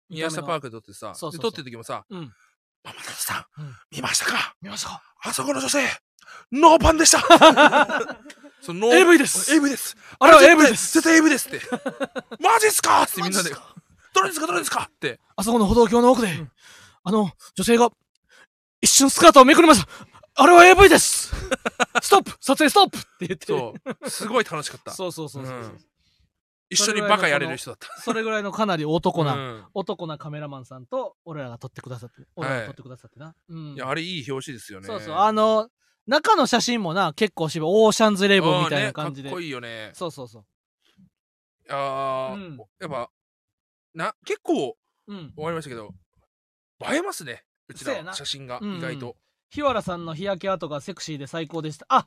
S1: う宮下パー
S2: ク。
S1: クで撮ってさ
S2: そう
S1: で
S2: そうそう
S1: 撮ってる時もさ
S2: うん
S1: 「ママタルさん、
S2: うん
S1: 見ましたか
S2: 見ました。
S1: あそこの女性ノーパンでした そのノー
S2: AV です
S1: あ AV です
S2: あれは
S1: 絶
S2: AV
S1: 対
S2: です
S1: 絶対 AV です ってマジっすかってみんな
S2: マジ
S1: で
S2: っす
S1: 「どれですかどれですか?」って
S2: あそこの歩道橋の奥で、あの、女性が、一瞬スカートをめくりました。あれは AV ですストップ撮影ストップって言って。
S1: そうすごい楽しかった
S2: そうそうそうそう
S1: うん一緒にバカやれる人だった
S2: それぐらいのかなり男な、
S1: うん
S2: 男なカメラマンさんと、俺らが撮ってくださって、俺らが撮ってくださってな。うん。
S1: いやあれいい表紙ですよね
S2: そうそう。あの、中の写真もな、結構渋い。オーシャンズイレブンみ
S1: あ
S2: たい
S1: ー
S2: な
S1: ね
S2: 感じで。
S1: かっこいいよね
S2: そうそうそ
S1: あー
S2: うん
S1: やっぱな結構
S2: う。うん。
S1: 終わりましたけど映えますねうち
S2: そうや
S1: ら
S2: な
S1: 写真が
S2: うんうん
S1: 意外と、
S2: 日原さんの日焼け跡がセクシーで最高でした。あ、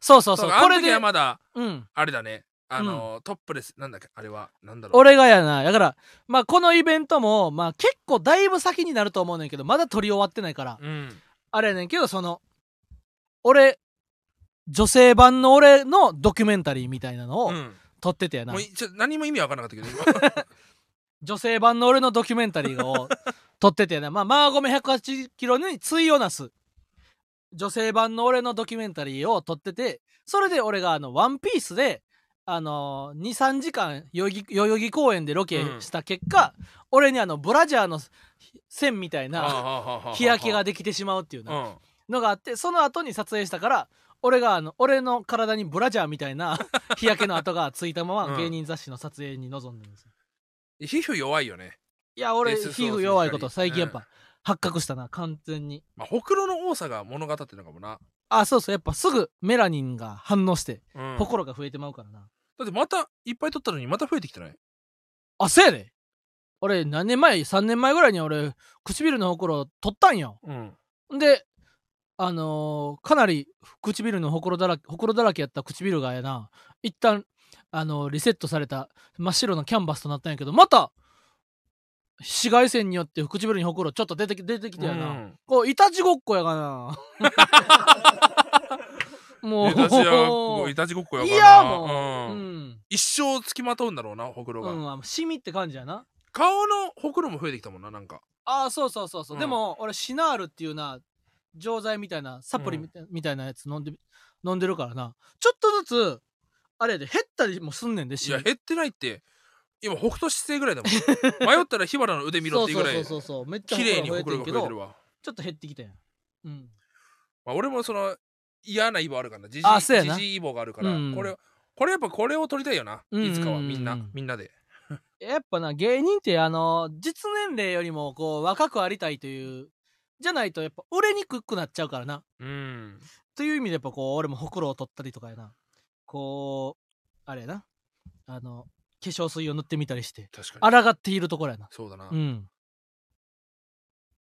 S2: そうそうそう。
S1: だから
S2: これ
S1: あの時
S2: で
S1: は、まだ
S2: うん。
S1: あれだねあの、トップレスなんだっけあれはなんだろう
S2: 俺がやな。だから、まあ、このイベントも、まあ、結構だいぶ先になると思うねんけど、まだ撮り終わってないから。
S1: うん
S2: あれやねんけど、その、俺、女性版の俺のドキュメンタリーみたいなの
S1: う
S2: を
S1: ん、
S2: 撮っててやな。
S1: もういちょ何も意味わからなかったけど今
S2: 女性版の俺のドキュメンタリーを撮っててやな。まあ、マーゴメ108キロに対をなす。女性版の俺のドキュメンタリーを撮ってて、それで俺があの、ワンピースで、あのー、23時間代々木代々木公園でロケした結果、俺にあのブラジャーの線み たいな日焼けが
S1: で
S2: できてしまうっていう
S1: う
S2: なんのがあってその後に撮影したから俺があの俺の体にブラジャーみた いな日焼けの跡がついたま
S1: うん
S2: ま芸人雑誌の撮影に臨んでるんですよ
S1: 皮膚弱いよね、
S2: いや俺
S1: え
S2: 皮
S1: そう
S2: 膚弱いこと
S1: そうそう
S2: 最近やっ
S1: う
S2: ぱ発覚したな完全に
S1: まあ、ほくろの多さが物語ってるのかもな、
S2: あそうそうやっぱすぐメラニンが反応して
S1: うんだ
S2: 心が増えてまうからな
S1: ってまたいっぱい取ったのにまた増えてきてない
S2: あせやで俺何年前3年前ぐらいに俺唇のほくろ取ったんよ
S1: うん
S2: んであのーかなり唇のほくろだらけほくろだらけやった唇がやな一旦あのーリセットされた真っ白なキャンバスとなったんやけどまた紫外線によって唇にほくろちょっと出てき出てきてやな、
S1: うん
S2: こういたちごっこや がなもう
S1: いたちや こいたちごっこやからない
S2: やも
S1: う
S2: うんん、
S1: 一生つきまとうんだろうなほくろ
S2: う
S1: が、
S2: ん、あのシミって感じやな
S1: 顔のほくろも増えてきたもんななんか
S2: ああそうそうそうそう、
S1: うん
S2: でも俺シナールっていうな錠剤みたいなサプリみた,、みたいなやつ飲んで飲んでるからなちょっとずつあれやで減ったりもすんねんで
S1: い
S2: シ
S1: や
S2: ミ
S1: 減ってないって今北斗姿勢ぐらいだもん迷ったら火花の腕見ろっていうぐらい
S2: そうそうそうそうめっちゃ
S1: 綺麗にほ
S2: ほ
S1: くろが
S2: くろが
S1: 増え
S2: 増
S1: て
S2: え
S1: る
S2: てるけど
S1: わ、
S2: ちょっと減ってきたやんうん
S1: まあ、俺もその嫌なイボあるからなジジ
S2: あそうやな
S1: ジジイボがあるから、
S2: うん
S1: これこれやっぱこれを取りたいよな、
S2: うんうんうん
S1: いつかはみんなみんなで
S2: やっぱな芸人ってあの実年齢よりもこう若くありたいというじゃないとやっぱ売れにくくなっちゃうからな
S1: うん
S2: という意味でやっぱこう俺もほくろを取ったりとかやなこうあれやなあの化粧水を塗ってみたりして
S1: 確かに
S2: 抗っているところやな
S1: そうだな、
S2: うん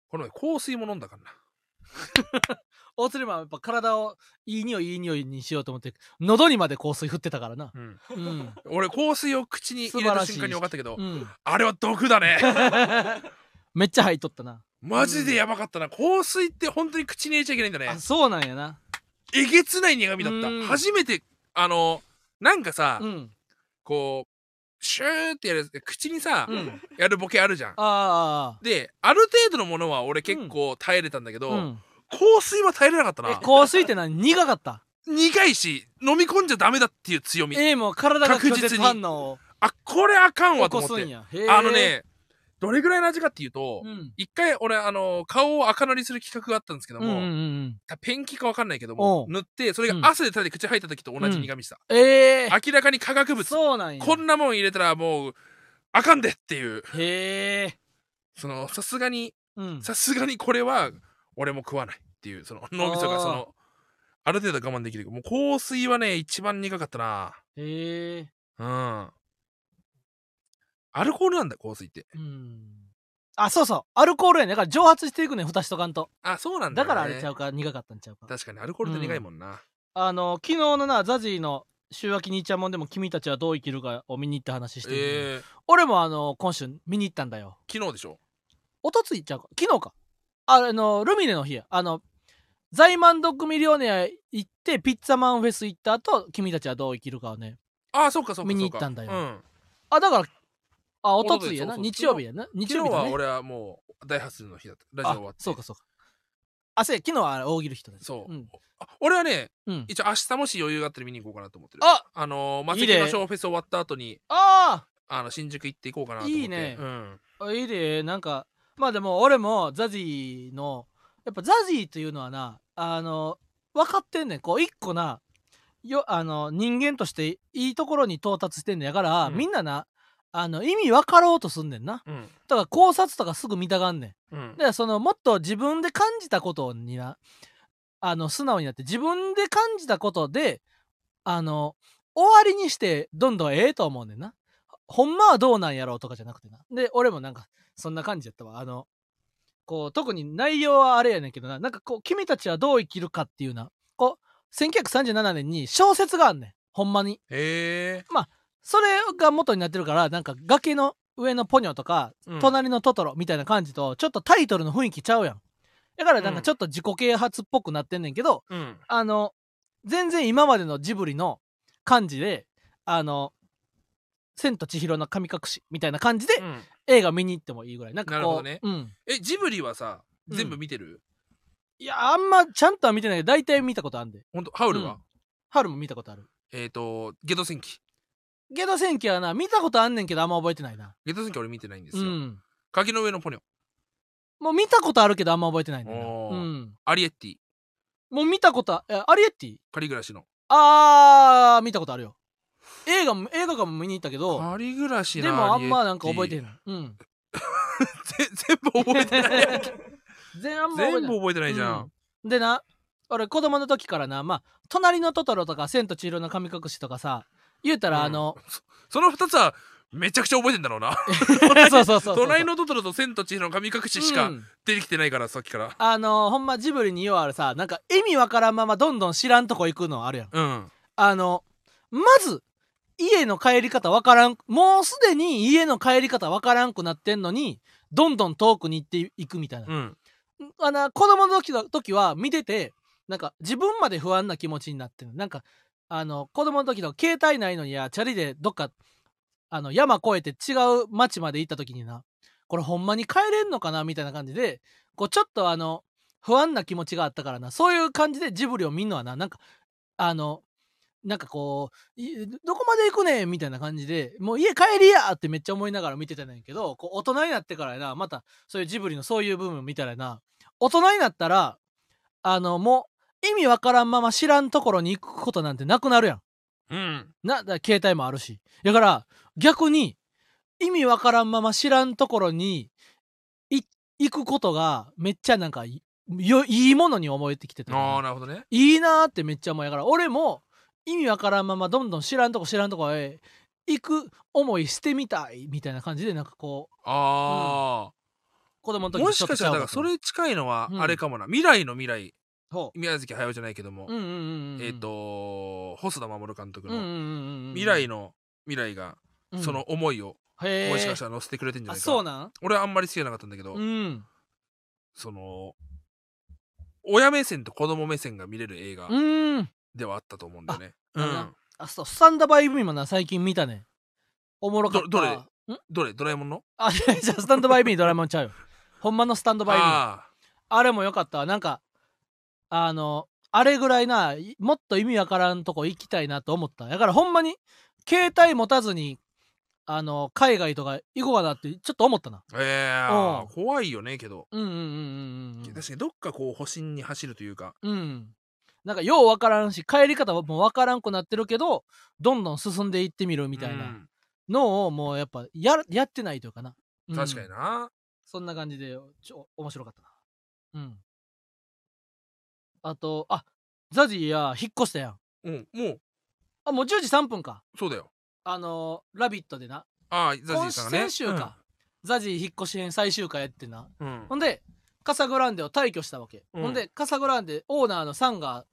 S1: この前香水も飲んだからな
S2: 大鶴マンはやっぱ体をいい匂いいい匂いにしようと思って喉にまで香水振ってたからな
S1: うん
S2: うん、
S1: 俺香水を口に入れた瞬間に分かったけど、
S2: うん、
S1: あれは毒だね
S2: めっちゃ入っとったな
S1: マジでやばかったな香水って本当に口に入れちゃいけないんだね
S2: あそうなんやな
S1: えげつない苦味だった
S2: うん
S1: 初めてあのなんかさ、
S2: うん
S1: こうシューってやる口にさ、
S2: うん
S1: やるボケあるじゃん
S2: あ
S1: である程度のものは俺結構耐えれたんだけ
S2: あ、
S1: ど、
S2: うん、
S1: 香水は耐えれなかった
S2: え
S1: な
S2: 香水って何苦かった
S1: 苦いし飲み込んじゃダメだっていう強み
S2: ええもう体が
S1: 確
S2: 拒
S1: 実
S2: 絶
S1: に
S2: 反応を
S1: あこれあかんわと
S2: 起こ
S1: 思
S2: す
S1: っ
S2: ん
S1: て
S2: や
S1: あの、ねどれぐらいの味かっていうと、
S2: へえうん、
S1: 一回俺あの顔を赤塗りする企画があったんですけど
S2: うんうん
S1: も、
S2: うん
S1: ペンキかわかんないけども
S2: おう
S1: 塗ってそれが汗で垂れて口入った時と同じ苦味した、
S2: ええ
S1: 明らかに化学物
S2: そうなんや
S1: こんなもん入れたらもうあかんでっていう
S2: へえ
S1: そのさすがに
S2: うん
S1: さすがにこれは俺も食わないっていうその脳みそがそのある程度我慢できるもう香水はね一番苦かったな
S2: へえ
S1: うんアルコールなんだ香水って
S2: うんあそうそうアルコールやねだから蒸発していくねん蓋しとかんと
S1: あそうなんだ、
S2: だ
S1: ね、
S2: からあれちゃうか苦かったんちゃうか
S1: 確かにアルコールって苦いもんな、
S2: あの昨日のなザジーの週明けにいちゃんもんでも君たちはどう生きるかを見に行った話してる、
S1: えー、
S2: 俺もあの今週見に行ったんだよ
S1: 昨日でしょ
S2: おとついっちゃうか昨日かああのルミネの日やあのザイマンドッグミリオネア行ってピッツァマンフェス行った後君たちはどう生きるかをね
S1: あそうかそうかそうか
S2: 見に行ったんだよ
S1: うん、
S2: あだからあおとついやな
S1: おとつい
S2: 日曜日やな日
S1: 昨
S2: 曜日
S1: 日
S2: だ
S1: は
S2: ね
S1: 俺はもう大発の日だったラジオ終わって
S2: あそうかそうかあせや昨日は大喜利人だよ
S1: そう
S2: うん
S1: あ俺はね
S2: うん、
S1: 一応明日もし余裕があったら見に行こうかなと思ってる
S2: あ
S1: あのー、
S2: い
S1: 祭
S2: い
S1: り
S2: ね
S1: のショーフェス終わった後に
S2: あ
S1: あの新宿行って行こうかなと思ってい
S2: いね
S1: うん、
S2: あいいでなんかまあでも俺もザジーのやっぱザジーというのはなあの分かってんねんこう一個なよあの人間としていいところに到達してんねんやから、
S1: うん
S2: みんななあの意味分かろうとすんねんな
S1: うん
S2: だから考察とかすぐ見たがんねん
S1: うん
S2: だからそのもっと自分で感じたことになあの素直になって自分で感じたことであの終わりにしてどんどんええと思うねんなほんまはどうなんやろうとかじゃなくてなで俺もなんかそんな感じやったわあのこう特に内容はあれやねんけどななんかこう君たちはどう生きるかっていうなこう1937年に小説があんねんほんまに
S1: へえ
S2: それが元になってるからなんか崖の上のポニョとか
S1: うん
S2: 隣のトトロみたいな感じとちょっとタイトルの雰囲気ちゃうやんだからなん
S1: うん
S2: かちょっと自己啓発っぽくなってんねんけど、
S1: うん
S2: あの全然今までのジブリの感じであの「千と千尋の神隠し」みたいな感じで
S1: うん
S2: 映画見に行ってもいいぐらいなん
S1: な
S2: かこう
S1: るほどね
S2: うん、
S1: えジブリはさ
S2: うん
S1: 全部見てる、
S2: いやあんまちゃんとは見てないけど大体見たことあるんで
S1: ほんとハウルは、
S2: うんハウルも見たことある
S1: えっ、ー、とゲド戦記
S2: ゲド戦記はな見たことあんねんけどあんま覚えてないな
S1: ゲット戦記俺見てないんです
S2: う
S1: よ、
S2: ん
S1: 鍵の上のポニョ
S2: もう見たことあるけどあんま覚えてないんだよ
S1: お
S2: な、う
S1: ー
S2: ん、
S1: アリエッティ
S2: もう見たことあえアリエッティ
S1: 仮暮らしの
S2: あー見たことあるよ映画も映画館も見に行ったけど
S1: 仮暮らしの
S2: でもあんまなんか覚えてへ
S1: ない
S2: んうん
S1: 全部覚えてない
S2: 全あんま覚
S1: 全
S2: えてない
S1: 部覚えてないじゃん、
S2: うんでな俺子供の時からなまあ「隣のトトロ」とか「千と千尋の神隠し」とかさ言うた
S1: うん
S2: らあの、
S1: その2つはめちゃくちゃ覚えてんだろうな
S2: そうそうそうそう
S1: 隣のトトロと千と千尋の神隠しし
S2: う
S1: か
S2: ん
S1: 出てきてないから、さっきから
S2: あのほんまジブリにようあるさなんか意味わからんままどんどん知らんとこ行くのあるやん
S1: うん
S2: あのまず家の帰り方わからんもうすでに家の帰り方わからんくなってんのにどんどん遠くに行っていくみたいな、
S1: うん
S2: あの子供の時は時は見ててなんか自分まで不安な気持ちになってるなんかあの子供の時の携帯ないのにやチャリでどっかあの山越えて違う町まで行った時になこれほんまに帰れんのかなみたいな感じでこうちょっとあの不安な気持ちがあったからなそういう感じでジブリを見るのはななんかあのなんかこういどこまで行くねんみたいな感じでもう家帰りやってめっちゃ思いながら見てたんやけどこう大人になってからやなまたそういうジブリのそういう部分見たらやな大人になったらあのもう意味わからんまま知らんところに行くことなんてなくなるやん
S1: うん
S2: なだから携帯もあるしだから逆に意味わからんまま知らんところにい行くことがめっちゃなんかいよいいものに思えてきてた
S1: ああなるほどね
S2: いいなーってめっちゃ思いながら俺も意味わからんままどんどん知らんとこ知らんとこへ行く思いしてみたいみたいな感じでなんかこう
S1: ああ、
S2: 子供の時に
S1: もしかしたらだから
S2: ちょ
S1: そ
S2: っとちゃう
S1: れ近いのは
S2: うん
S1: あれかもな、未来の未来
S2: ほ
S1: 宮崎駿じゃないけども、
S2: ううんうんうんうん
S1: えっ、と細田守監督
S2: うんうん
S1: の
S2: うんうんうん
S1: 未来の未来が
S2: うん
S1: その思いを
S2: へー
S1: もしかしたら載せてくれてんじゃ
S2: あ
S1: ない
S2: そう
S1: か
S2: なん
S1: 俺はあんまり好きじゃなかったんだけど
S2: うん
S1: その親目線と子供目線が見れる映画
S2: うん
S1: ではあったと思うんだよねう
S2: あなんるあそうスタンダバイミーもな最近見たねおもろかった
S1: どどれ
S2: ん
S1: どれドラえもんの
S2: あいやいやスタンドバイミードラえも んちゃうよほんまのスタンドバイミー
S1: あ
S2: あれもよかったわなんかあのあれぐらいないもっと意味わからんとこ行きたいなと思っただからほんまに携帯持たずにあの海外とか行こうかなってちょっと思ったな
S1: あえ
S2: う
S1: え
S2: ん
S1: 怖いよねけど
S2: うんうんうんうんうん
S1: 確かにどっかこう保身に走るというか
S2: うんなんかようわからんし帰り方もわからんくなってるけどどんどん進んでいってみるみたいなのをもうやっぱやるやってないというかな、
S1: うん確かに
S2: な
S1: な
S2: そんな感じでちょ面白かったなうんあとあザジーや引っ越したやん
S1: うんもう
S2: あ、もう10時3分か。
S1: そうだよ
S2: あのーラビットでな。
S1: ああザジーさん
S2: 今週、
S1: がね
S2: 先週か。ザジー引っ越し編最終回やってな。
S1: うんうん
S2: ほんで、カサグランデを退去したわけ。
S1: うん
S2: ほんで、カサグランデオーナーのサンガ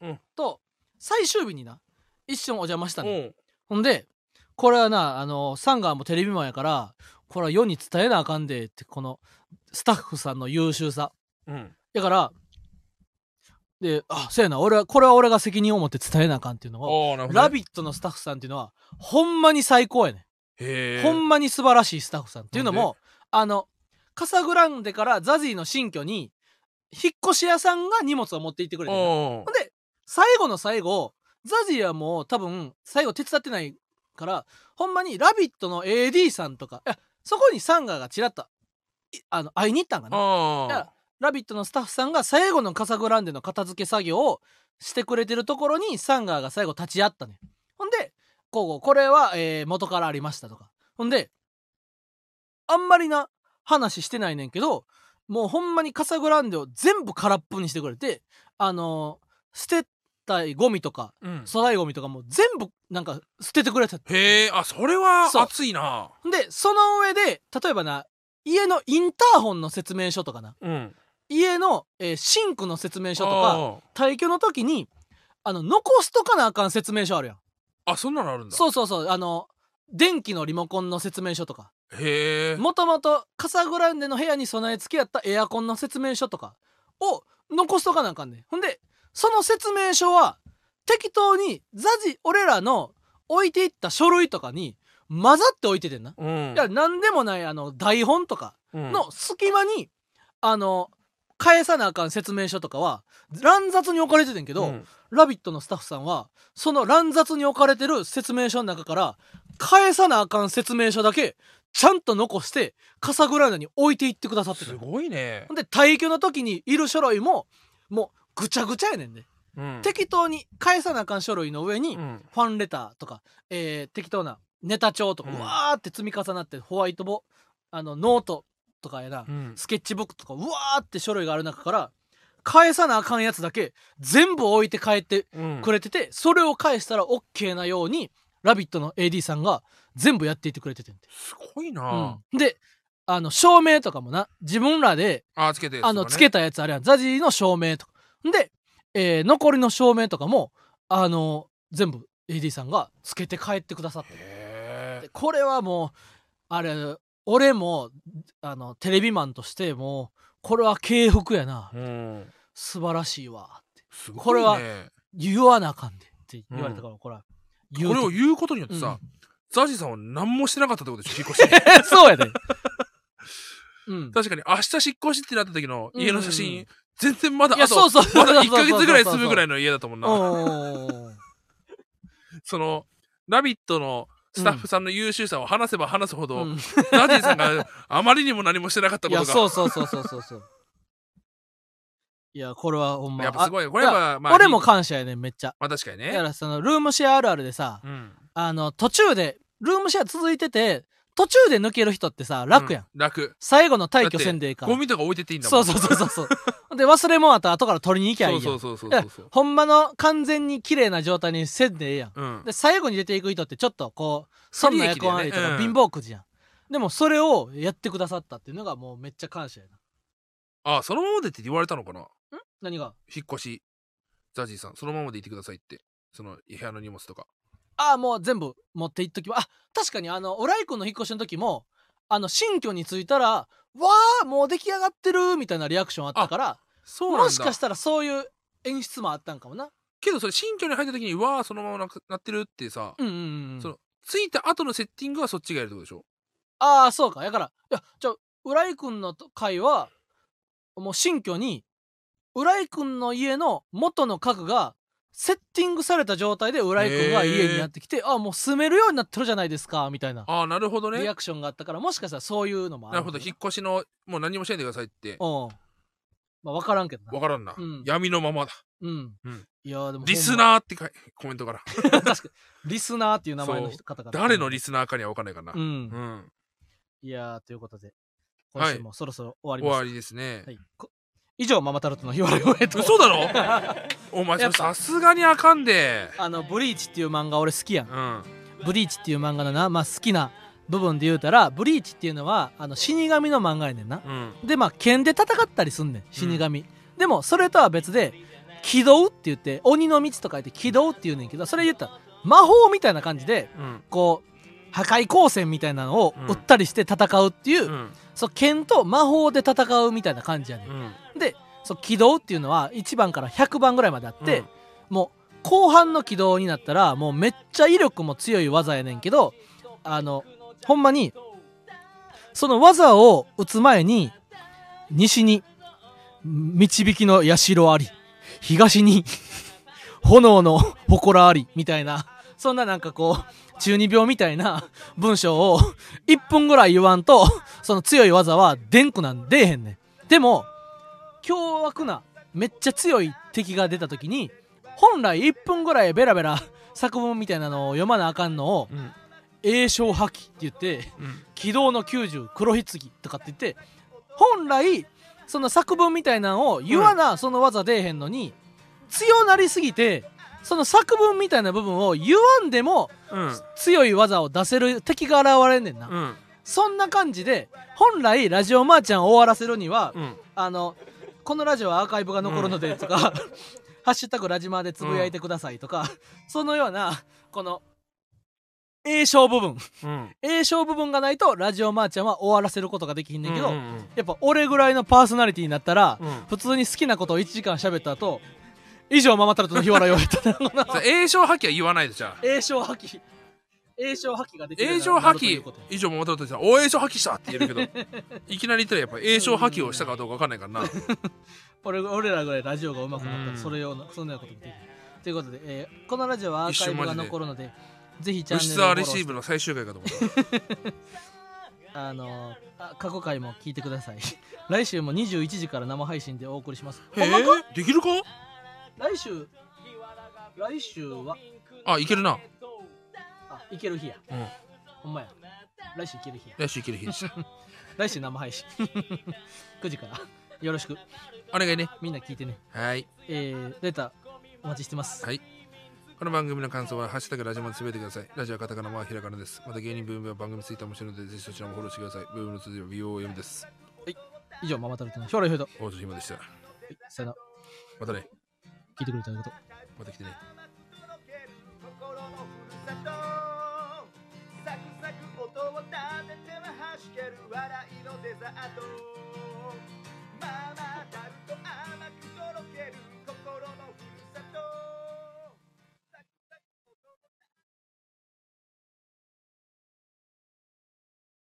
S1: うん
S2: ーと、最終日にな、一緒にお邪魔したの、
S1: うん
S2: ほんで、これはな、あのーサンガーもテレビマンやから、これは世に伝えなあかんでって、この、スタッフさんの優秀さ。
S1: うん
S2: だから、で、あ、そうやな、俺は、これは俺が責任を持って伝えなあかんっていうのを、
S1: ああなるほどね
S2: ラビットのスタッフさんっていうのは、ほんまに最高やね。
S1: へえ
S2: ほんまに素晴らしいスタッフさん。っていうの
S1: なん
S2: も、あの、カサグランデからザジーの新居に、引っ越し屋さんが荷物を持って行ってくれてんな
S1: お
S2: ほんで、最後の最後、ザジーはもう多分、最後手伝ってないから、ほんまにラビットの AD さんとか、いやそこにサンガーがちらっと、いあの、会いに行ったんかな。
S1: あ
S2: いやラビットのスタッフさんが最後のカサグランデの片付け作業をしてくれてるところにサンガーが最後立ち会ったね。ほんで、こうこう、これは、えー元からありましたとか。ほんで、あんまりな話してないねんけど、もうほんまにカサグランデを全部空っぽにしてくれて、あのー捨てたいゴミとか、
S1: うん
S2: 粗大ゴミとかも全部なんか捨ててくれた。
S1: へえあそれは
S2: そう
S1: 熱いな
S2: ほんで、その上で、例えばな、家のインターホンの説明書とかな、
S1: うん
S2: 家の、えーシンクの説明書とか
S1: あ
S2: 退去の時にあの残しとかなあかん説明書あるやん
S1: ああそんなのあるんだ
S2: そうそうそうあの電気のリモコンの説明書とか
S1: へえ
S2: もともとカサグランデの部屋に備え付けやったエアコンの説明書とかを残しとかなあかんねんほんでその説明書は適当にザジ俺らの置いていった書類とかに混ざって置いててんな、
S1: うん
S2: いや何でもないあの台本とか
S1: うん
S2: の隙間に、あの返さなあかん説明書とかは乱雑に置かれててんけど「
S1: うん
S2: ラビット!」のスタッフさんはその乱雑に置かれてる説明書の中から返さなあかん説明書だけちゃんと残してカサグラーナに置いていってくださって
S1: す
S2: る
S1: ごいね
S2: ほんで退去の時にいる書類ももうぐちゃぐちゃやねんで、
S1: うん
S2: 適当に返さなあかん書類の上に、
S1: うん
S2: ファンレターとか、えー適当なネタ帳とか、
S1: うん
S2: わーって積み重なってホワイトボあのノートとかやな、
S1: うん
S2: スケッチブックとかうわーって書類がある中から返さなあかんやつだけ全部置いて帰って
S1: うん
S2: くれてて、それを返したら OK なように「ラビット!」の AD さんが全部やっていってくれててんて、
S1: すごいな
S2: うん
S1: あ、
S2: であの照明とかもな自分らで
S1: あつけて
S2: あの、つけたやつあれやん。ザジーの照明とか。んで、えー残りの照明とかも、あの全部 AD さんがつけて帰ってくださって。
S1: へ
S2: でこれはもう、あれ、俺も、あの、テレビマンとしてもう、これは敬服やな。
S1: えうん
S2: 素晴らしいわ。って
S1: すごいね
S2: これは言わなあかんで。って言われたから、これは。言
S1: こ
S2: う
S1: れ
S2: と
S1: を言うことによってさ、ザジさんは何もしてなかったってこと でしょ引っ越し
S2: そうやで。うん。
S1: 確かに明日引っ越しってなった時の家の写真、
S2: うんうん
S1: 全然まだ
S2: いや
S1: あと
S2: そうそうそう
S1: まだ1ヶ月ぐらい
S2: そうそうそうそう
S1: 住むぐらいの家だと思うな
S2: おー
S1: その「ラビット!」のスタッフさんの優秀さを話せば話すほど、
S2: う
S1: ダ
S2: ん
S1: ジーさんがあまりにも何もしてなかった
S2: い
S1: こ
S2: や
S1: とが
S2: そうそうそうそうそうそういやこれはほんま
S1: やっぱすごいねこれ
S2: あ
S1: はまあ、まあ、
S2: 俺も感謝やねんめっちゃ
S1: まあ確かに
S2: だ
S1: ね
S2: からそのルームシェアあるあるでさ
S1: うん
S2: あの途中でルームシェア続いてて途中で抜ける人ってさ楽やん、
S1: う楽
S2: 最後の退去せんでいいから
S1: ゴミとか置いてっていいんだも
S2: そ
S1: ん
S2: うそうそうそうそうで忘れ物あったら後から取りに行きゃいいやん
S1: そうそうそうそう そう
S2: ほんまの完全に綺麗な状態にせんでええやん
S1: うん
S2: で最後に出ていく人ってちょっとこうそんなエコンあり
S1: 不利益だ
S2: と
S1: よ
S2: か
S1: ねうん
S2: 貧乏くじやん、でもそれをやってくださったっていうのがもうめっちゃ感謝やな
S1: あそのままでって言われたのかな
S2: 何が
S1: 引っ越しザジーさんそのままでいてくださいってその部屋の荷物とか
S2: ああ、もう全部持っていっときば。あ、確かにあの、オライコの引っ越しの時も、あの、新居に着いたら、わあ、もう出来上がってるみたいなリアクションあったから、
S1: そうなんだ
S2: もしかしたらそういう演出もあったんかもな。
S1: けどそれ新居に入った時にわあそのままなくなってるってさ、
S2: うんうんうんうん。
S1: その着いた後のセッティングはそっちがやるってことでしょ
S2: ああ、そうか。やから、いや、じゃあ、浦井くんのと会は、もう新居に、浦井くんの家の元の家具が、セッティングされた状態で浦井くんが家にやってきて、ああ、もう住めるようになってるじゃないですか、みたいな
S1: ああなるほどね
S2: リアクションがあったから、もしかしたらそういうのもあ
S1: な
S2: る
S1: る
S2: の
S1: ほど
S2: か
S1: 引っ越しのもう何もしないでくださいって
S2: うん。まあ、わからんけど
S1: わ
S2: な。
S1: からんな、
S2: うん
S1: 闇のままだ
S2: うん。
S1: うん
S2: いやーでもほんま、
S1: リスナーってかコメントから
S2: ー確かに。リスナーっていう名前の人方が。
S1: 誰のリスナーかには分かんないから
S2: う
S1: な、
S2: ん
S1: う。ん
S2: いやーということで、
S1: はい
S2: 今週もそろそろ終
S1: 終
S2: わりま
S1: わ
S2: す。
S1: りですね、
S2: はいこ以上、ママタルトの言われ声と。
S1: 嘘だ ろお前
S2: やっぱ
S1: さすがにあかんで
S2: あの、ブリーチっていう漫画俺好きやん
S1: う。ん
S2: ブリーチっていう漫画のな、まあ好きな部分で言うたら、ブリーチっていうのは、あの、死神の漫画やねんな。
S1: うん
S2: で、まあ、剣で戦ったりすんねん、死神。でも、それとは別で、軌道って言って、鬼の道と書いて軌道って言うねんけど、それ言ったら、魔法みたいな感じで、
S1: うん
S2: こう破壊光線みたいなのを撃ったりして戦うっていう、
S1: うん
S2: そう剣と魔法で戦うみたいな感じやねん、
S1: うん
S2: でそう軌道っていうのは1番から100番ぐらいまであって、
S1: うん
S2: もう後半の軌道になったらもうめっちゃ威力も強い技やねんけどあのほんまにその技を打つ前に西に導きの社あり東に 炎の祠ありみたいなそんななんかこう中二病みたいな文章を1分ぐらい言わんとその強い技はでんくなん出えへんねんでも凶悪なめっちゃ強い敵が出た時に本来1分ぐらいベラベラ作文みたいなのを読まなあかんのを
S1: うん
S2: 「栄翔破棄」って言って
S1: うん
S2: 「軌道の90黒ひつぎ」とかって言って本来その作文みたいなのを言わなその技出えへんのに強なりすぎてその作文みたいな部分を言わんでも
S1: うん
S2: 強い技を出せる敵が現れんねんな、
S1: うん
S2: そんな感じで本来ラジオマーちゃんを終わらせるには、
S1: うん
S2: あの、このラジオはアーカイブが残るのでとか、 ハッシュタグラジマーでつぶやいてくださいとか、そのような、この、栄唱部分、
S1: うん
S2: 栄唱部分がないとラジオマーちゃんは終わらせることができひんねんけど、
S1: うんうん
S2: やっぱ俺ぐらいのパーソナリティになったら、
S1: うん
S2: 普通に好きなことを1時間喋った後、以上ママタルトの日原よった
S1: さ栄翔破棄は言わないでじゃあ
S2: 栄唱破棄。栄唱破棄ができるよう
S1: 栄
S2: に
S1: 翔
S2: な
S1: 破
S2: るという
S1: 棄
S2: こと
S1: 以上もまたとしたら「お栄翔破棄した!」って言えるけど いきなり言ったらやっぱ栄翔破棄をしたかどうか分かんないからな
S2: 俺俺らぐらいラジオが上手くなった
S1: うん
S2: らそれようなそんなようなこともできるということで、えーこのラジオはアーカイブが残るのでぜひチャン
S1: 物
S2: ネル
S1: 質
S2: フォ
S1: は
S2: ロ
S1: レ
S2: ーして
S1: シーブの最終回かと思った
S2: あのあ過去回も聞いてください来週も21時から生配信でお送りします
S1: へえできるか
S2: 来週来週は
S1: あいけるな
S2: あいける日や、
S1: うん
S2: ほんまや来週いける日や
S1: 来週いけ る日でした
S2: 来週生配信 9時からよろしく
S1: お願いね
S2: みんな聞いてね
S1: はい
S2: えー、レターお待ちしてます
S1: はいこの番組の感想は「ハッシュタグラジマン」でつぶやいてくださいラジオはカタカナはひらがなですまた芸人ブームは番組ツイッターもしてるのでぜひそちらもフォローしてくださいブームの続きは BOM です
S2: 以上ママタルトの将来表と
S1: 大城ひまでした
S2: さよなら
S1: またね
S2: 聞いてくれてありがとう
S1: また来てね
S5: 心のふるさとサクサク音を立てては弾ける笑いのデザートママタ